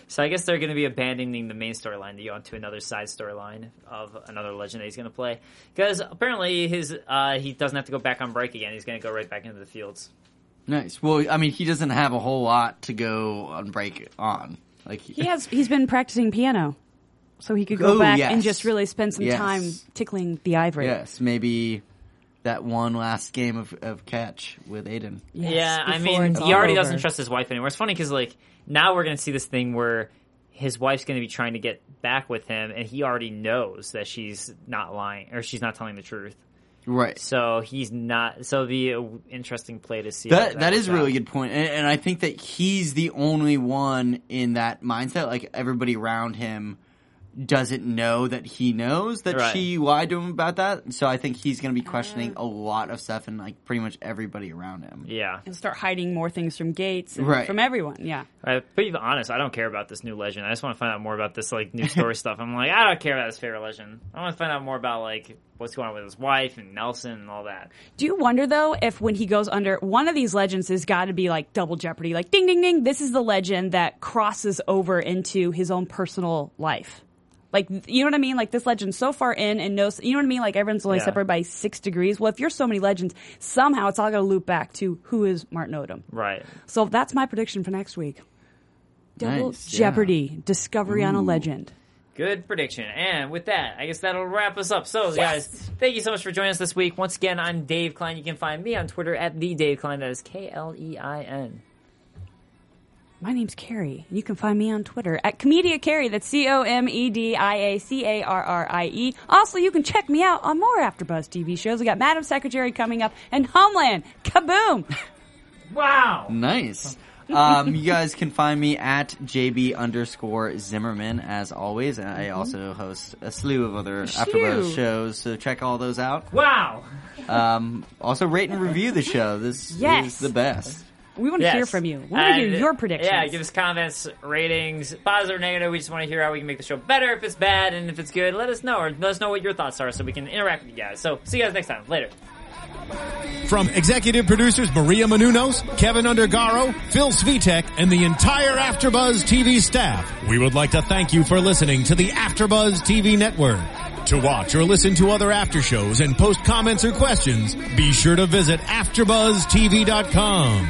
Speaker 1: So I guess they're going to be abandoning the main storyline to go onto another side storyline of another legend that he's going to play because apparently his uh, he doesn't have to go back on break again. He's going to go right back into the fields.
Speaker 2: Nice. Well, I mean, he doesn't have a whole lot to go on break on. Like
Speaker 3: he has. He's been practicing piano, so he could go
Speaker 2: Ooh,
Speaker 3: back
Speaker 2: Oh, yes.
Speaker 3: and just really spend some
Speaker 2: Yes.
Speaker 3: time tickling the ivory.
Speaker 2: yes, maybe that one last game of, of catch with Aiden.
Speaker 3: Yes,
Speaker 1: yeah, I
Speaker 3: before
Speaker 1: mean,
Speaker 3: it's
Speaker 1: he
Speaker 3: all
Speaker 1: already
Speaker 3: over.
Speaker 1: doesn't trust his wife anymore. It's funny because like now we're gonna see this thing where his wife's gonna be trying to get back with him, and he already knows that she's not lying or she's not telling the truth.
Speaker 2: Right.
Speaker 1: So he's not. So the uh, interesting play to see how
Speaker 2: That that
Speaker 1: works
Speaker 2: is a really
Speaker 1: out.
Speaker 2: good point, and, and I think that he's the only one in that mindset. Like everybody around him doesn't know that he knows that
Speaker 1: Right.
Speaker 2: she lied to him about that. So I think he's going to be questioning a lot of stuff, and like pretty much everybody around him.
Speaker 1: Yeah,
Speaker 3: He'll start hiding more things from Gates, and
Speaker 2: Right.
Speaker 3: from everyone. Yeah,
Speaker 1: I, to be honest, I don't care about this new legend. I just want to find out more about this like new story stuff. I'm like, I don't care about his favorite legend. I want to find out more about like what's going on with his wife and Nelson and all that.
Speaker 3: Do you wonder though if when he goes under one of these legends has got to be like double jeopardy, like ding ding ding, this is the legend that crosses over into his own personal life. Like you know what I mean? Like this legend's so far in and knows you know what I mean? Like everyone's only
Speaker 1: Yeah.
Speaker 3: separated by six degrees. Well, if you're so many legends, somehow it's all gonna loop back to who is Martin Odom.
Speaker 1: Right.
Speaker 3: So that's my prediction for next week. Double
Speaker 2: Nice, yeah.
Speaker 3: Jeopardy, discovery on a legend.
Speaker 1: Good prediction. And with that, I guess that'll wrap us up. So, guys, thank you so much for joining us this week. Once again, I'm Dave Klein. You can find me on Twitter at the Dave Klein. That is K L E I N.
Speaker 3: My name's Carrie. You can find me on Twitter at Comedia Carrie. That's C O M E D I A C A R R I E. Also, you can check me out on more AfterBuzz TV shows. We got Madam Secretary coming up and Homeland. Kaboom!
Speaker 1: Wow.
Speaker 2: Nice. um, you guys can find me at JB underscore Zimmerman as always. And
Speaker 3: Mm-hmm.
Speaker 2: I also host a slew of other AfterBuzz
Speaker 3: Slew.
Speaker 2: shows, so check all those out.
Speaker 1: Wow.
Speaker 2: Um, also rate and review the show. This
Speaker 3: Yes.
Speaker 2: is the best.
Speaker 3: We want to
Speaker 1: Yes.
Speaker 3: hear from you. We want to hear
Speaker 1: And,
Speaker 3: your predictions.
Speaker 1: Yeah, give us comments, ratings, positive, negative. We just want to hear how we can make the show better. If it's bad and if it's good, let us know. Or let us know what your thoughts are so we can interact with you guys. So, see you guys next time. Later.
Speaker 4: From executive producers Maria Manunos, Kevin Undergaro, Phil Svitek, and the entire AfterBuzz TV staff, we would like to thank you for listening to the AfterBuzz TV network. To watch or listen to other after shows and post comments or questions, be sure to visit AfterBuzzTV.com.